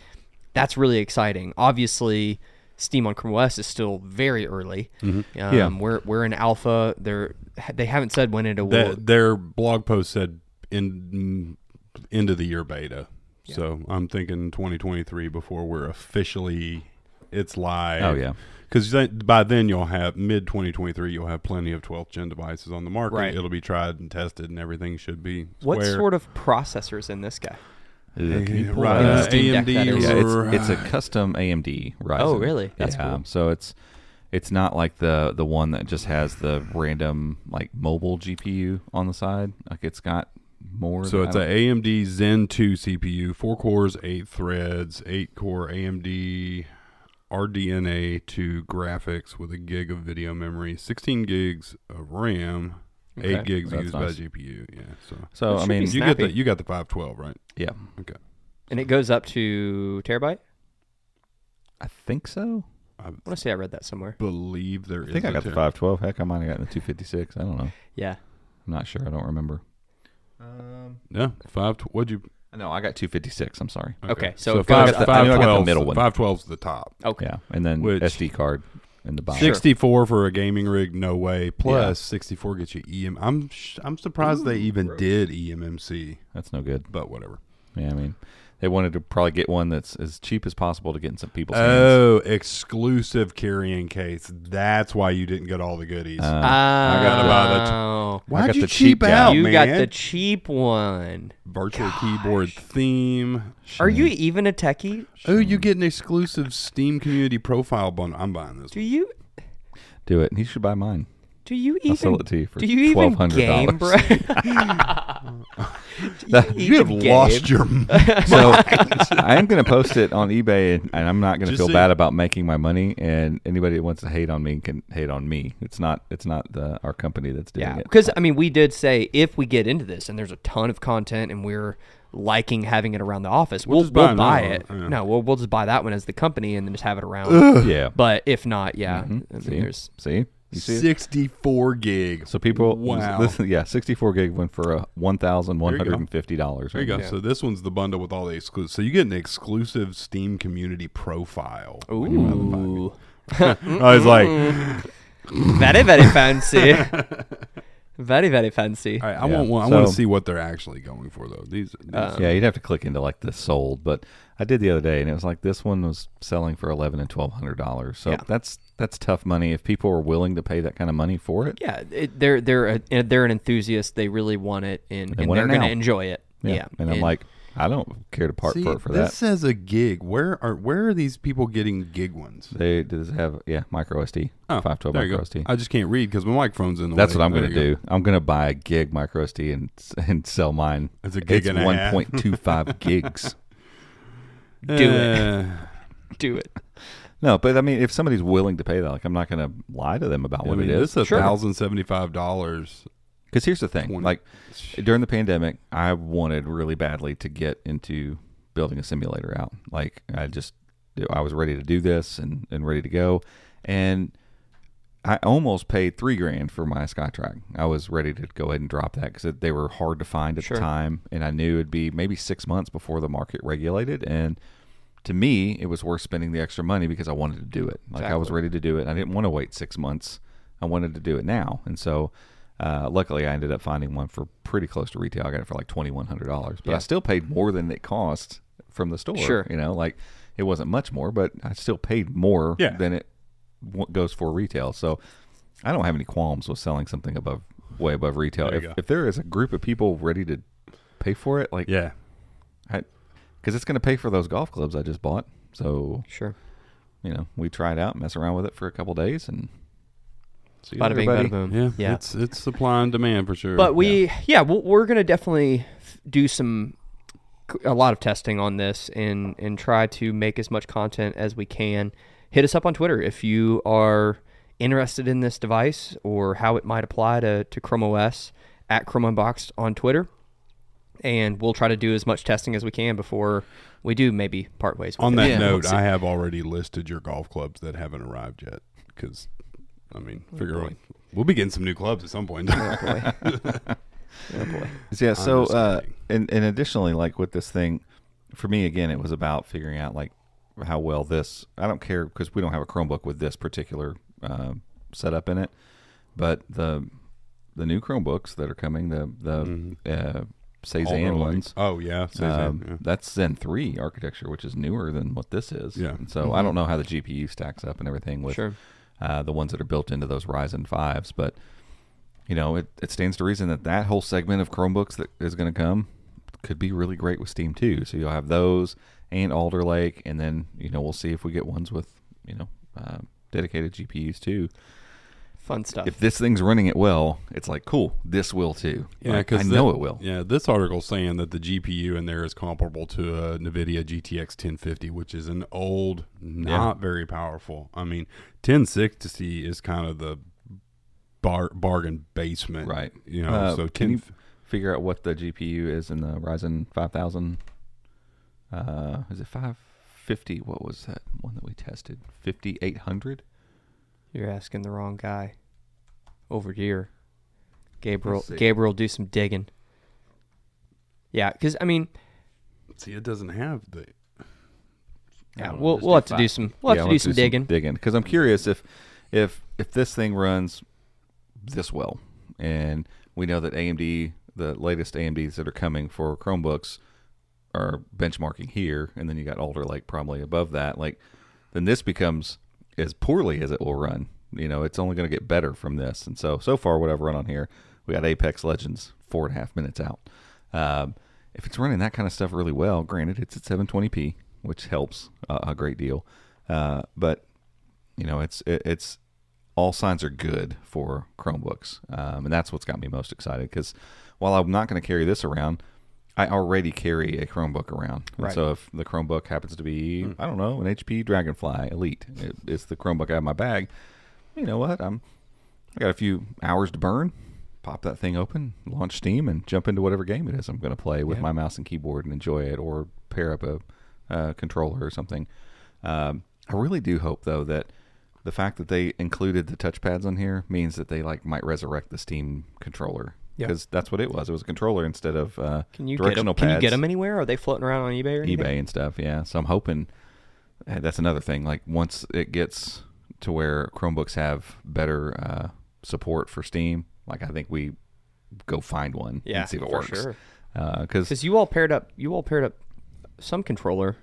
that's really exciting. Obviously. Steam on Chrome OS is still very early. Um,
Mm-hmm. Yeah.
we're we're in alpha. They're they haven't said when it will
Their- their blog post said in mm, end of the year beta. So I'm thinking 2023 before we're officially it's live.
Oh, yeah.
Because by then you'll have mid 2023, you'll have plenty of 12th gen devices on the market.
Right.
It'll be tried and tested, and everything should be.
What
square.
sort of processors in this guy?
Ugh, can you pull
Right,
that
uh,
up?
Steam Deck,
AMD
that is.
Yeah,
or-
it's, it's a custom AMD Ryzen.
Oh, really? That's
yeah.
cool.
So it's it's not like the the one that just has the random like mobile GPU on the side. Like it's got more.
So
than-
it's
I
a
don't-
AMD Zen 2 CPU, four cores, eight threads, eight core AMD RDNA 2 graphics with a gig of video memory, 16 gigs of RAM, Eight
Okay.
gigs
That's
used
nice.
by GPU. Yeah. So,
It
So I
should be
mean,
s-
you get
snappy.
the you got the five twelve right?
yeah,
Okay.
and it goes up to terabyte.
I think so.
I
I want to say I read that somewhere.
believe there is.
I think I
a
got the
ter-
five twelve. Heck, I might have gotten the two fifty six. I don't know.
Yeah,
I'm not sure. I don't remember. Um,
Yeah, five. Tw- what'd you?
no, I got two fifty six. I'm sorry.
Okay, so it
goes
five
up- I
five
knew I got the
twelve.
middle one.
Five twelve's the top.
okay.
Yeah, and then
Which-
SD card in the bottom.
Sure.
Sixty four for a gaming rig, no way. Plus sixty four gets you EM. I'm sh- I'm surprised they even did E EMMC,
That's no good.
but whatever.
Yeah, I mean, they wanted to probably get one that's as cheap as possible to get in some people's hands.
Oh, exclusive carrying case. That's why you didn't get all the goodies.
Uh,
I
gotta buy the t-
I
Why'd
got
you
the cheap
cheap
guy.
out,
you
man?
got the cheap one.
virtual keyboard theme.
Are you even a techie?
Oh, you get an exclusive Steam community profile bundle. I'm buying this.
Do you
do it. He should buy mine.
do you even
sell it to you for
do you even
$1,200.
game, bro? Do
That-
You have
even game?
lost your.
So I am going to post it on eBay, and, and I'm not going to
Just
feel
so you-
bad about making my money. And anybody that wants to hate on me can hate on me. It's not. It's not the, our company that's doing
Yeah,
it.
because I mean, we did say if we get into this and there's a ton of content and we're liking having it around the office, we'll,
just
we'll,
buy
buy
another one,
it.
yeah.
No, we'll we'll just buy that one as the company and then just have it around.
yeah.
But if not, yeah, I mean,
Mm-hmm. see,
there's
see, you see. it?
64 gig.
So people,
Wow.
listen, yeah, 64 gig went for uh, one thousand one hundred and fifty dollars.
There you go. So this one's the bundle with all the exclusives. So you get an exclusive Steam community profile. when you buy the five gig.
ooh,
I was like, all
very very fancy, very very fancy.
right, I
Yeah.
want one. I
So-
want to see what they're actually going for though. These, these
yeah, you'd have to click into like the sold, but I did the other day, and it was like this one was selling for eleven and twelve hundred dollars. So
Yeah.
that's that's tough money if people are willing to pay that kind of money for it.
Yeah, it, they're they're a, they're an enthusiast. They really want it, and, and
want it
they're going
now.
to enjoy it. Yeah,
and I'm like, I don't care to part
See,
for, for
this
that.
says a gig. Where are where are these people getting gig ones?
They does have yeah micro SD
Oh,
five twelve
there you
micro
go.
SD.
I just can't read because my microphone's in the
That's
way.
what I'm
There
gonna
you go.
do. I'm gonna buy a gig micro SD and and sell mine.
It's a
It's
gig and a
one
half.
point two five gigs.
do it,
Uh,
do it.
No, but I mean, if somebody's willing to pay that, like I'm not gonna lie to them about
I
what
mean,
it is.
This is thousand seventy five dollars.
Because here's the thing,
20.
like during the pandemic, I wanted really badly to get into building a simulator out. Like I just, I was ready to do this and and ready to go, and I almost paid three grand for my Skytrack. I was ready to go ahead and drop that because they were hard to find at
Sure.
the time, and I knew it'd be maybe six months before the market regulated. And to me, it was worth spending the extra money because I wanted to do it. Like I was ready to do it. I didn't want to wait six months. I wanted to do it now, and so uh, luckily I ended up finding one for pretty close to retail. I got it for like twenty one hundred dollars, but I still paid more than it cost from the store.
Sure.
you know, like it wasn't much more, but I still paid more
Yeah.
than it what goes for retail. So I don't have any qualms with selling something above way above retail.
There you
If,
go.
if there is a group of people ready to pay for it, like
Yeah.
because it's going to pay for those golf clubs I just bought. So
Sure,
you know, we try it out, mess around with it for a couple days, and see you
bada
later,
bing,
buddy.
bada boom.
Yeah,
yeah.
it's it's supply and demand for sure.
But we, yeah, we'll, we're gonna definitely f- do some a lot of testing on this and and try to make as much content as we can. Hit us up on Twitter if you are interested in this device or how it might apply to to Chrome OS at Chrome Unboxed on Twitter. And we'll try to do as much testing as we can before we do maybe part ways. With
On
it.
that
Yeah.
note, I have already listed your golf clubs that haven't arrived yet because, I mean, figure out we'll be getting some new clubs at some point.
Oh, boy.
Yeah. So, uh,
Understanding.
and and additionally, like with this thing, for me again, it was about figuring out like how well this. I don't care because we don't have a Chromebook with this particular um setup in it, but the the new Chromebooks that are coming, the the uh,
All
Cezanne
are like-
ones.
Oh yeah, Say
Um,
Zan, yeah.
That's Zen three architecture, which is newer than what this is.
Yeah.
And so I don't know how the GPU stacks up and everything with
Sure.
uh, the ones that are built into those Ryzen fives, but you know it, it stands to reason that that whole segment of Chromebooks that is going to come could be really great with Steam too. So you'll have those and Alder Lake, and then you know we'll see if we get ones with you know uh, dedicated GPUs too.
Fun stuff.
If this thing's running it well, it's like cool. This will too.
Yeah,
Like, I
because
know it will.
Yeah, this article's saying that the GPU in there is comparable to a NVIDIA GTX 1050, which is an old, not very powerful. I mean, 1060 is kind of the bar, bargain basement,
Right.
You know,
Uh,
so
can
ten.
you figure out what the GPU is in the Ryzen 5000? Uh, is it 550? What was that one that we tested? 5800?
You're asking the wrong guy. Over here, Gabriel.
Let's see.
Gabriel, do some digging. Yeah, because I mean,
see, it doesn't have the.
yeah,
don't know,
we'll
just
we'll have to
five.
do some we'll
Yeah,
have to
we'll
do some digging.
digging because I'm curious if if if this thing runs this well, and we know that AMD the latest AMDs that are coming for Chromebooks are benchmarking here, and then you got Alder Lake probably above that. Like then this becomes as poorly as it will run. You know, it's only going to get better from this. And so so far, what I've run on here, we got Apex Legends four and a half minutes out. Um, if it's running that kind of stuff really well, granted it's at 720p, which helps uh, a great deal. Uh, but you know, it's it, it's all signs are good for Chromebooks, um, and that's what's got me most excited. Because while I'm not going to carry this around, I already carry a Chromebook around. And
Right.
So if the Chromebook happens to be, I don't know, an HP Dragonfly Elite, it, it's the Chromebook I have in my bag. You know what? I'm I got a few hours to burn. Pop that thing open, launch Steam, and jump into whatever game it is I'm going to play with my mouse and keyboard and enjoy it, or pair up a uh, controller or something. Um, I really do hope though that the fact that they included the touchpads on here means that they like might resurrect the Steam controller
Yeah.
because that's what it was. It was a controller instead of uh,
Can you get them?
directional
Can you
pads
get them anywhere? Are they floating around on eBay or anything?
eBay and stuff. Yeah, so I'm hoping eh, that's another thing. Like once it gets to where Chromebooks have better uh, support for Steam, like I think we go find one
Yeah,
and see if it
for
works. Uh,
sure.
Because
Because you all paired up. You all paired up some controller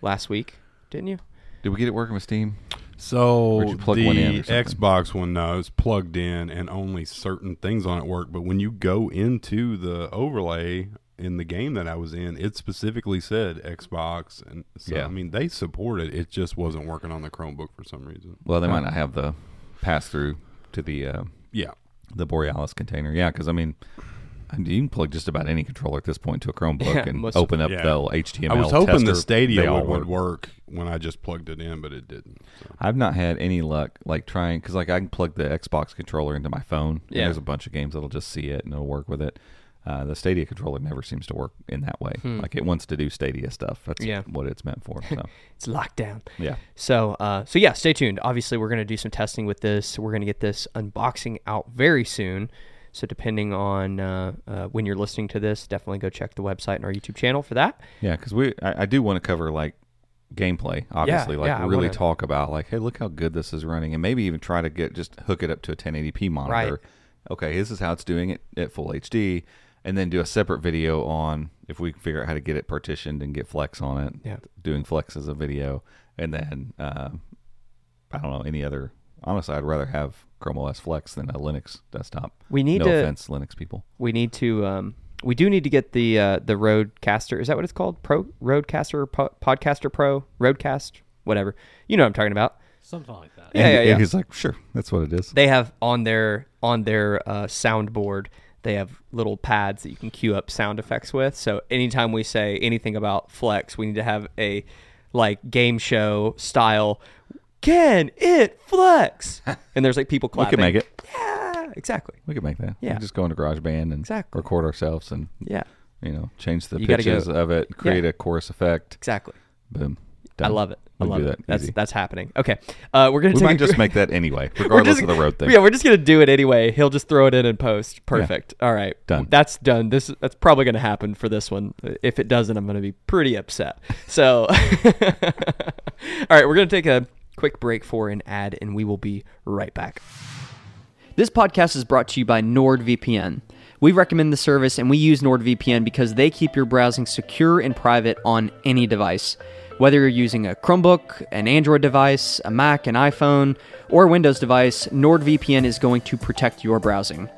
last week, didn't you?
did we get it working with Steam?
So
Where'd you plug
the
one in or something?
Xbox one, no, it's plugged in, and only certain things on it work. But when you go into the overlay in the game that I was in, it specifically said Xbox, and so
Yeah.
I mean they support it. It just wasn't working on the Chromebook for some reason.
Well, they might not have the pass through to the uh,
Yeah,
the Borealis container. Yeah, because I mean. I mean, You can plug just about any controller at this point to a Chromebook
Yeah,
and
most of-
open up
Yeah.
the HTML.
I was hoping
tester.
the
They
Stadia
all
would,
work.
would work when I just plugged it in, but it didn't. So.
I've not had any luck like trying because like I can plug the Xbox controller into my phone.
Yeah.
And there's a bunch of games that'll just see it and it'll work with it. Uh, the Stadia controller never seems to work in that way. Like it wants to do Stadia stuff. That's
Hmm. Yeah.
what it's meant for. So
It's locked down.
yeah,
So, uh, so yeah, stay tuned. Obviously, we're going to do some testing with this. We're going to get this unboxing out very soon. So, depending on uh, uh, when you're listening to this, definitely go check the website and our YouTube channel for that.
yeah. Because we I, I do want to cover like gameplay, obviously. like
yeah, I
really
wanna-
talk about like, hey, look how good this is running, and maybe even try to get just hook it up to a 1080p monitor.
Right.
Okay, this is how it's doing it at full HD, and then do a separate video on if we can figure out how to get it partitioned and get Flex on it.
Yeah.
doing flex as a video, and then uh, I don't know any other. Honestly, I'd rather have Chrome OS Flex than a Linux desktop.
We need
no
to-
offense, Linux people.
We need to. Um, we do need to get the uh, the Roadcaster. Is that what it's called? Pro Roadcaster, or po- Podcaster Pro, Roadcast, whatever. You know what I'm talking about.
Something like that.
Yeah,
and,
yeah,
and
yeah.
he's like, sure, that's what it is.
they have on their on their uh, soundboard they have little pads that you can cue up sound effects with so anytime we say anything about flex we need to have a like game show style can it flex and there's like people
We
clapping
could make it.
yeah exactly
We could make that. We
Yeah.
could just go into GarageBand and
Exactly.
record ourselves and
yeah
you know change the
You gotta go-
pitches of it, create a chorus effect.
exactly
Boom.
i
Done.
love it i
We can
love
do
it that's
easy.
that's happening okay uh, we're gonna
we
take a
might just
quick-
make that anyway,
We're
regardless
just-
of the road thing.
Yeah, we're just gonna do it anyway. He'll just throw it in and post. Perfect. All right,
Done.
That's done. This that's probably gonna happen for this one. If it doesn't, I'm gonna be pretty upset. So, all right, we're gonna take a quick break for an ad, and we will be right back. This podcast is brought to you by NordVPN. We recommend the service and we use NordVPN because they keep your browsing secure and private on any device. Whether you're using a Chromebook, an Android device, a Mac, an iPhone, or a Windows device, NordVPN is going to protect your browsing.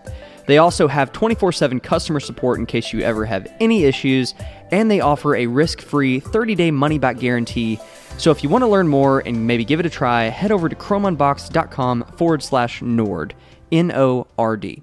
They also have 24 7 customer support in case you ever have any issues, and they offer a risk free 30 day money back guarantee. So if you want to learn more and maybe give it a try, head over to chromeunbox.com forward slash Nord, N O R D.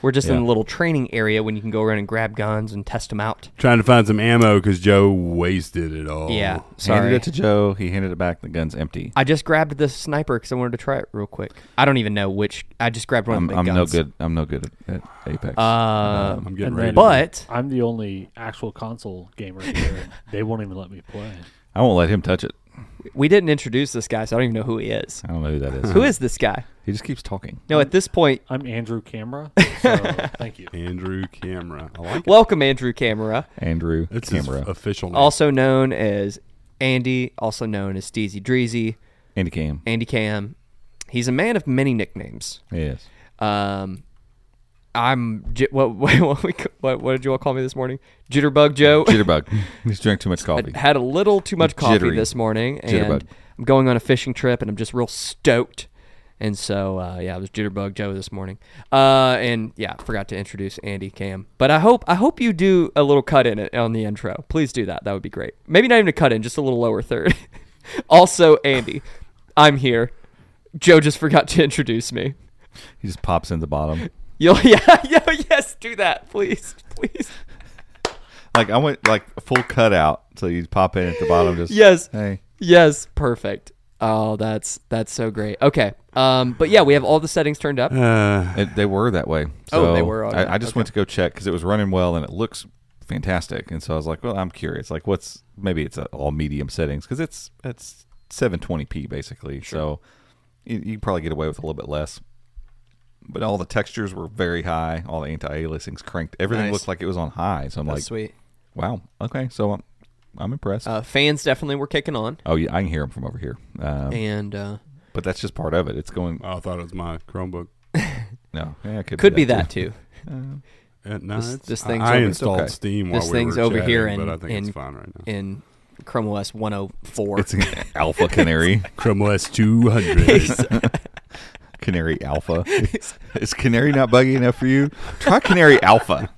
We're just in
Yeah.
a little training area when you can go around and grab guns and test them out.
Trying to find some ammo because Joe wasted it all.
yeah,
Oh, Handed
sorry.
it to Joe. He handed it back. The gun's empty.
I just grabbed the sniper because I wanted to try it real quick. I don't even know which. I just grabbed one
I'm,
of the
I'm
guns.
no good. I'm no good at, at Apex.
Uh,
I'm getting
and
ready.
then-
but
I'm the only actual console gamer here. and they won't even let me play.
I won't let him touch it.
we didn't introduce this guy, so I don't even know who he is.
I don't know who that is.
Who is this guy?
He just keeps talking.
No, at this point,
I'm Andrew Camera, so thank you.
Andrew Camera. I like it.
welcome Andrew Camera,
Andrew
It's his
Camera.
official name.
also known as Andy, also known as Steezy Dreezy,
Andy Cam.
Andy Cam. He's a man of many nicknames.
Yes.
Um, I'm j- what what what, we, what what did you all call me this morning? Jitterbug Joe.
Jitterbug. He's drank too much coffee.
I had a little too much coffee
Jittery.
this morning, and
Jitterbug.
I'm going on a fishing trip, and I'm just real stoked. And so, uh, yeah, I was Jitterbug Joe this morning, uh, and yeah, forgot to introduce Andy Cam. But I hope I hope you do a little cut in it on the intro. Please do that. That would be great. Maybe not even a cut in, just a little lower third. also, Andy, I'm here. Joe just forgot to introduce me.
He just pops in the bottom.
You'll yeah, yeah yes, do that, please, please.
Like I went like full cutout, so you pop in at the bottom. Just
Yes.
Hey,
Yes, perfect. Oh, that's that's so great. Okay. Um but yeah, we have all the settings turned up.
Uh,
It- they were that way.
Oh,
So
they were already.
I, I just went to go check because it was running well and it looks fantastic. And so I was like, well, I'm curious. Like, what's maybe it's uh, all medium settings because it's it's 720p basically. So you, you can probably get away with a little bit less. But all the textures were very high. All the anti-aliasing's cranked. Everything
Nice.
looked like it was on high. So I'm
That's
like,
sweet.
wow, okay. So I'm, I'm impressed.
Uh fans definitely were kicking on
oh yeah, I can hear them from over here. Um,
and uh
but that's just part of it. It's going
I thought it was my Chromebook.
no. Yeah, it could,
could be
be
that too.
At night,
This- this thing's
I, I
over-
installed
okay.
Steam while
This
we
thing's
were
over
chatting,
here in-
but I think
in-
it's fine right now.
in Chrome OS 104.
It's an alpha canary.
Chrome OS 200.
Canary Alpha. Is Canary not buggy enough for you? Try Canary Alpha.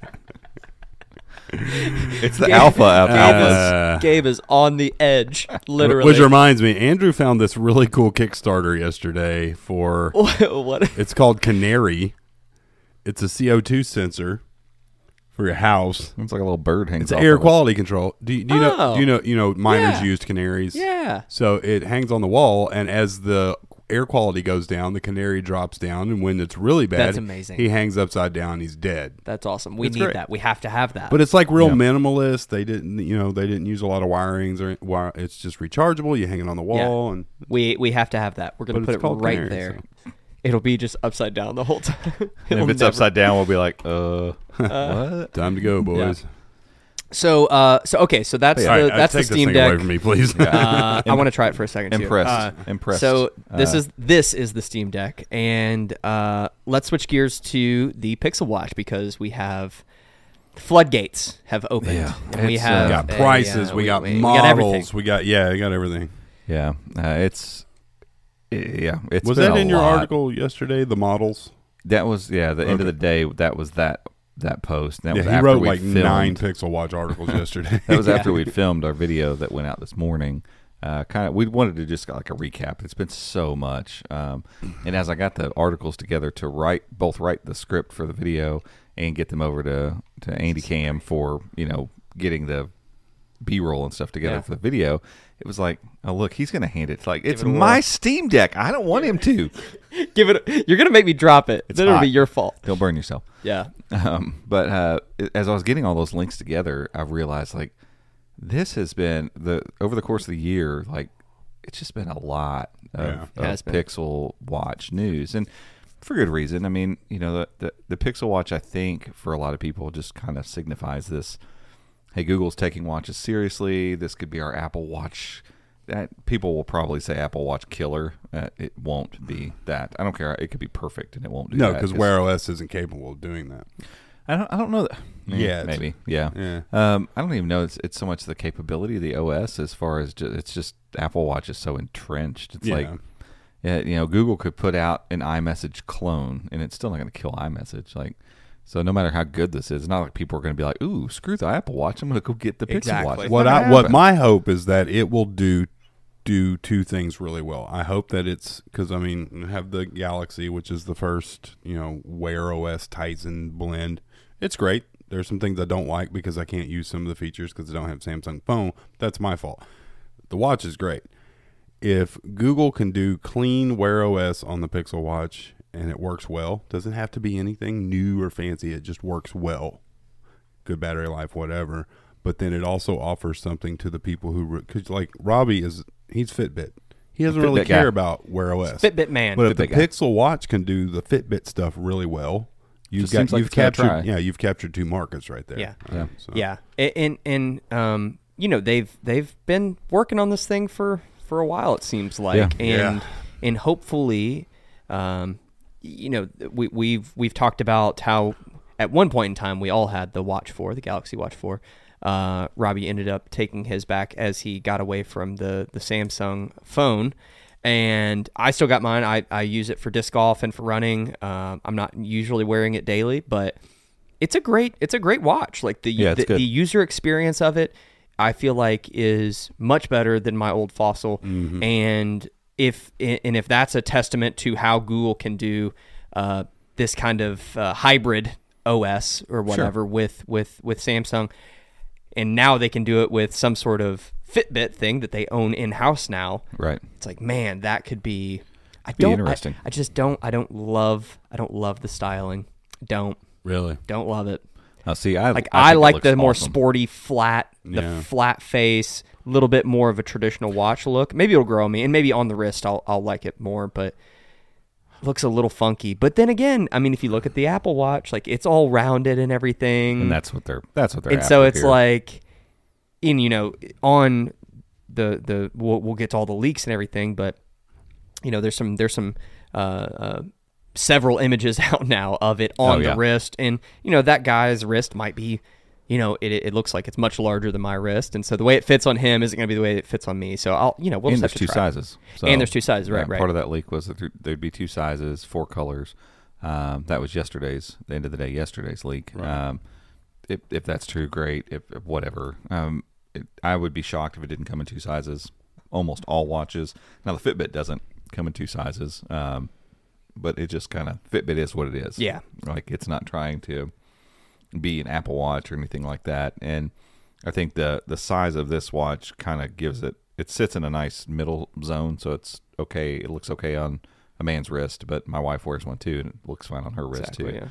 It's the
Yeah.
alpha of
Gabe,
alphas.
is, Gabe is on the edge, literally.
Which reminds me, Andrew found this really cool Kickstarter yesterday for
Oh. what?
It's called Canary. It's a CO2 sensor for your house.
It's like a little bird hangs
It's
off.
air
of it.
quality control. Do you, do you
Oh.
know? Do you know? You know, miners
Yeah.
used canaries.
Yeah.
So it hangs on the wall, and as the air quality goes down, the canary drops down, and when it's really bad,
That's amazing.
He hangs upside down. He's dead.
That's awesome. We
It's
need
great.
that. We have to have that.
But it's like real
Yeah.
minimalist. They didn't, you know, they didn't use a lot of wirings or wire. It's just rechargeable. You hang it on the wall, and
we we have to have that. We're going
But
to put
it's
it
called
right
Canary,
there. It'll be just upside down the whole time.
And
It'll
if it's
never-
upside down, we'll be like, uh, what?
time to go, boys.
So, uh, so okay, so that's
Oh, All
the
right, uh,
that's the
take
Steam
this thing away
Deck.
from me, please.
Uh, I want to try it for a second. too.
Impressed.
Uh,
Impressed.
So this
Uh,
is this is the Steam Deck, and uh, let's switch gears to the Pixel Watch because we have floodgates have opened,
Yeah.
and we
It's, uh,
have
we
Yeah,
got
a,
prices.
uh,
we, got
everything.
models. We got, yeah, we got everything.
Yeah. Uh, it's. Yeah. It's
was
been
that
a
in your
lot.
article yesterday? The models.
That was yeah. The end of
Okay.
the day. That was that that post. That
Yeah,
was
he
after
wrote
we
like
filmed.
nine Pixel Watch articles yesterday.
That was after we'd filmed our video that went out this morning. Uh, kind of, we wanted to just like a recap. It's been so much, um, and as I got the articles together to write, both write the script for the video and get them over to to Andy Cam for you know getting the B roll and stuff together
Yeah.
for the video. It was like, oh look, he's gonna hand it. Like it's
it a
my
whirl.
Steam Deck. I don't want him to.
Give it. You're gonna make me drop it.
It's
then it'll
hot.
be your fault.
Don't burn yourself.
Yeah.
Um, but uh, as I was getting all those links together, I realized like this has been the over the course of the year like it's just been a lot of,
Yeah. Has
of
been.
pixel watch news and for good reason i mean you know the, the, the pixel watch i think for a lot of people just kind of signifies this hey google's taking watches seriously this could be our apple watch that people will probably say apple watch killer uh, it won't be that i don't care it could be perfect and it won't do
No,
that
because Wear OS isn't capable of doing that.
I don't. I don't know that.
Yeah, it's-
maybe. Yeah.
yeah.
Um, I don't even know. It's it's so much the capability of the OS as far as just, it's just Apple Watch is so entrenched. It's
Yeah.
like, yeah, you know, Google could put out an iMessage clone, and it's still not going to kill iMessage. Like, so no matter how good this is, it's not like people are going to be like, "Ooh, screw the Apple Watch. I'm going to go get the Pixel Watch."
Exactly.
It's
what
not
I
gonna
what
happen.
my hope is that it will do do two things really well. I hope that it's because I mean have the Galaxy, which is the first you know Wear OS Titan blend. It's great. There's some things I don't like because I can't use some of the features because I don't have Samsung phone. That's my fault. The watch is great. If Google can do clean Wear OS on the Pixel Watch and it works well, doesn't have to be anything new or fancy. It just works well good battery life, whatever. But then it also offers something to the people who, because like Robbie is, he's Fitbit. He doesn't
Fitbit
really
guy.
care about Wear OS.
Fitbit man.
But if the
Fitbit guy.
Pixel Watch can do the Fitbit stuff really well, you've
Just
got
seems like
you've
it's gonna try.
captured yeah you've captured two markets right there.
Yeah.
Uh, so-
Yeah, A- and and um, you know they've they've been working on this thing for for a while. It seems like,
Yeah.
and
Yeah.
and hopefully, um, you know we we've we've talked about how at one point in time we all had the Watch Four, the Galaxy Watch Four. Uh, Robbie ended up taking his back as he got away from the the Samsung phone. And I still got mine. I, I use it for disc golf and for running. Um, I'm not usually wearing it daily, but it's a great it's a great watch. Like the
Yeah, it's
the,
good.
the user experience of it, I feel like is much better than my old fossil.
Mm-hmm.
And if and if that's a testament to how Google can do uh, this kind of uh, hybrid OS or whatever with with with Samsung, and now they can do it with some sort of Fitbit thing that they own in house now.
right.
It's like man, that could be. I
Be
don't. I-
interesting.
I just don't. I don't love. I don't love the styling. Don't.
Really.
Don't love it.
Now, see, I
Like I,
think it
like
looks
the more
awesome.
sporty, flat, the
Yeah.
flat face, a little bit more of a traditional watch look. Maybe it'll grow on me, and maybe on the wrist I'll I'll like it more. But looks a little funky. But then again, I mean, if you look at the Apple Watch, like it's all rounded and everything,
and that's what they're that's what they're.
and so
after
it's
here.
like, in you know, on the the we'll, we'll get to all the leaks and everything, but you know, there's some there's some uh, uh, several images out now of it on
Oh, yeah.
the wrist, and you know that guy's wrist might be, you know, it, it looks like it's much larger than my wrist, and so the way it fits on him isn't going to be the way it fits on me. So I'll you know we'll
and
just have
there's
to
two
try.
sizes. So,
And there's two sizes, right, right.
Part of that leak was that there- there'd be two sizes, four colors. Um, that was yesterday's, the end of the day, yesterday's leak. Um, if, if that's true, great. If, if whatever, um, it, I would be shocked if it didn't come in two sizes. Almost all watches. Now the Fitbit doesn't come in two sizes, um, but it just kind of Fitbit is what it is.
Yeah.
like it's not trying to be an Apple Watch or anything like that. And I think the the size of this watch kind of gives it. It sits in a nice middle zone, so it's okay. It looks okay on a man's wrist, but my wife wears one too, and it looks fine on her wrist
Exactly,
too.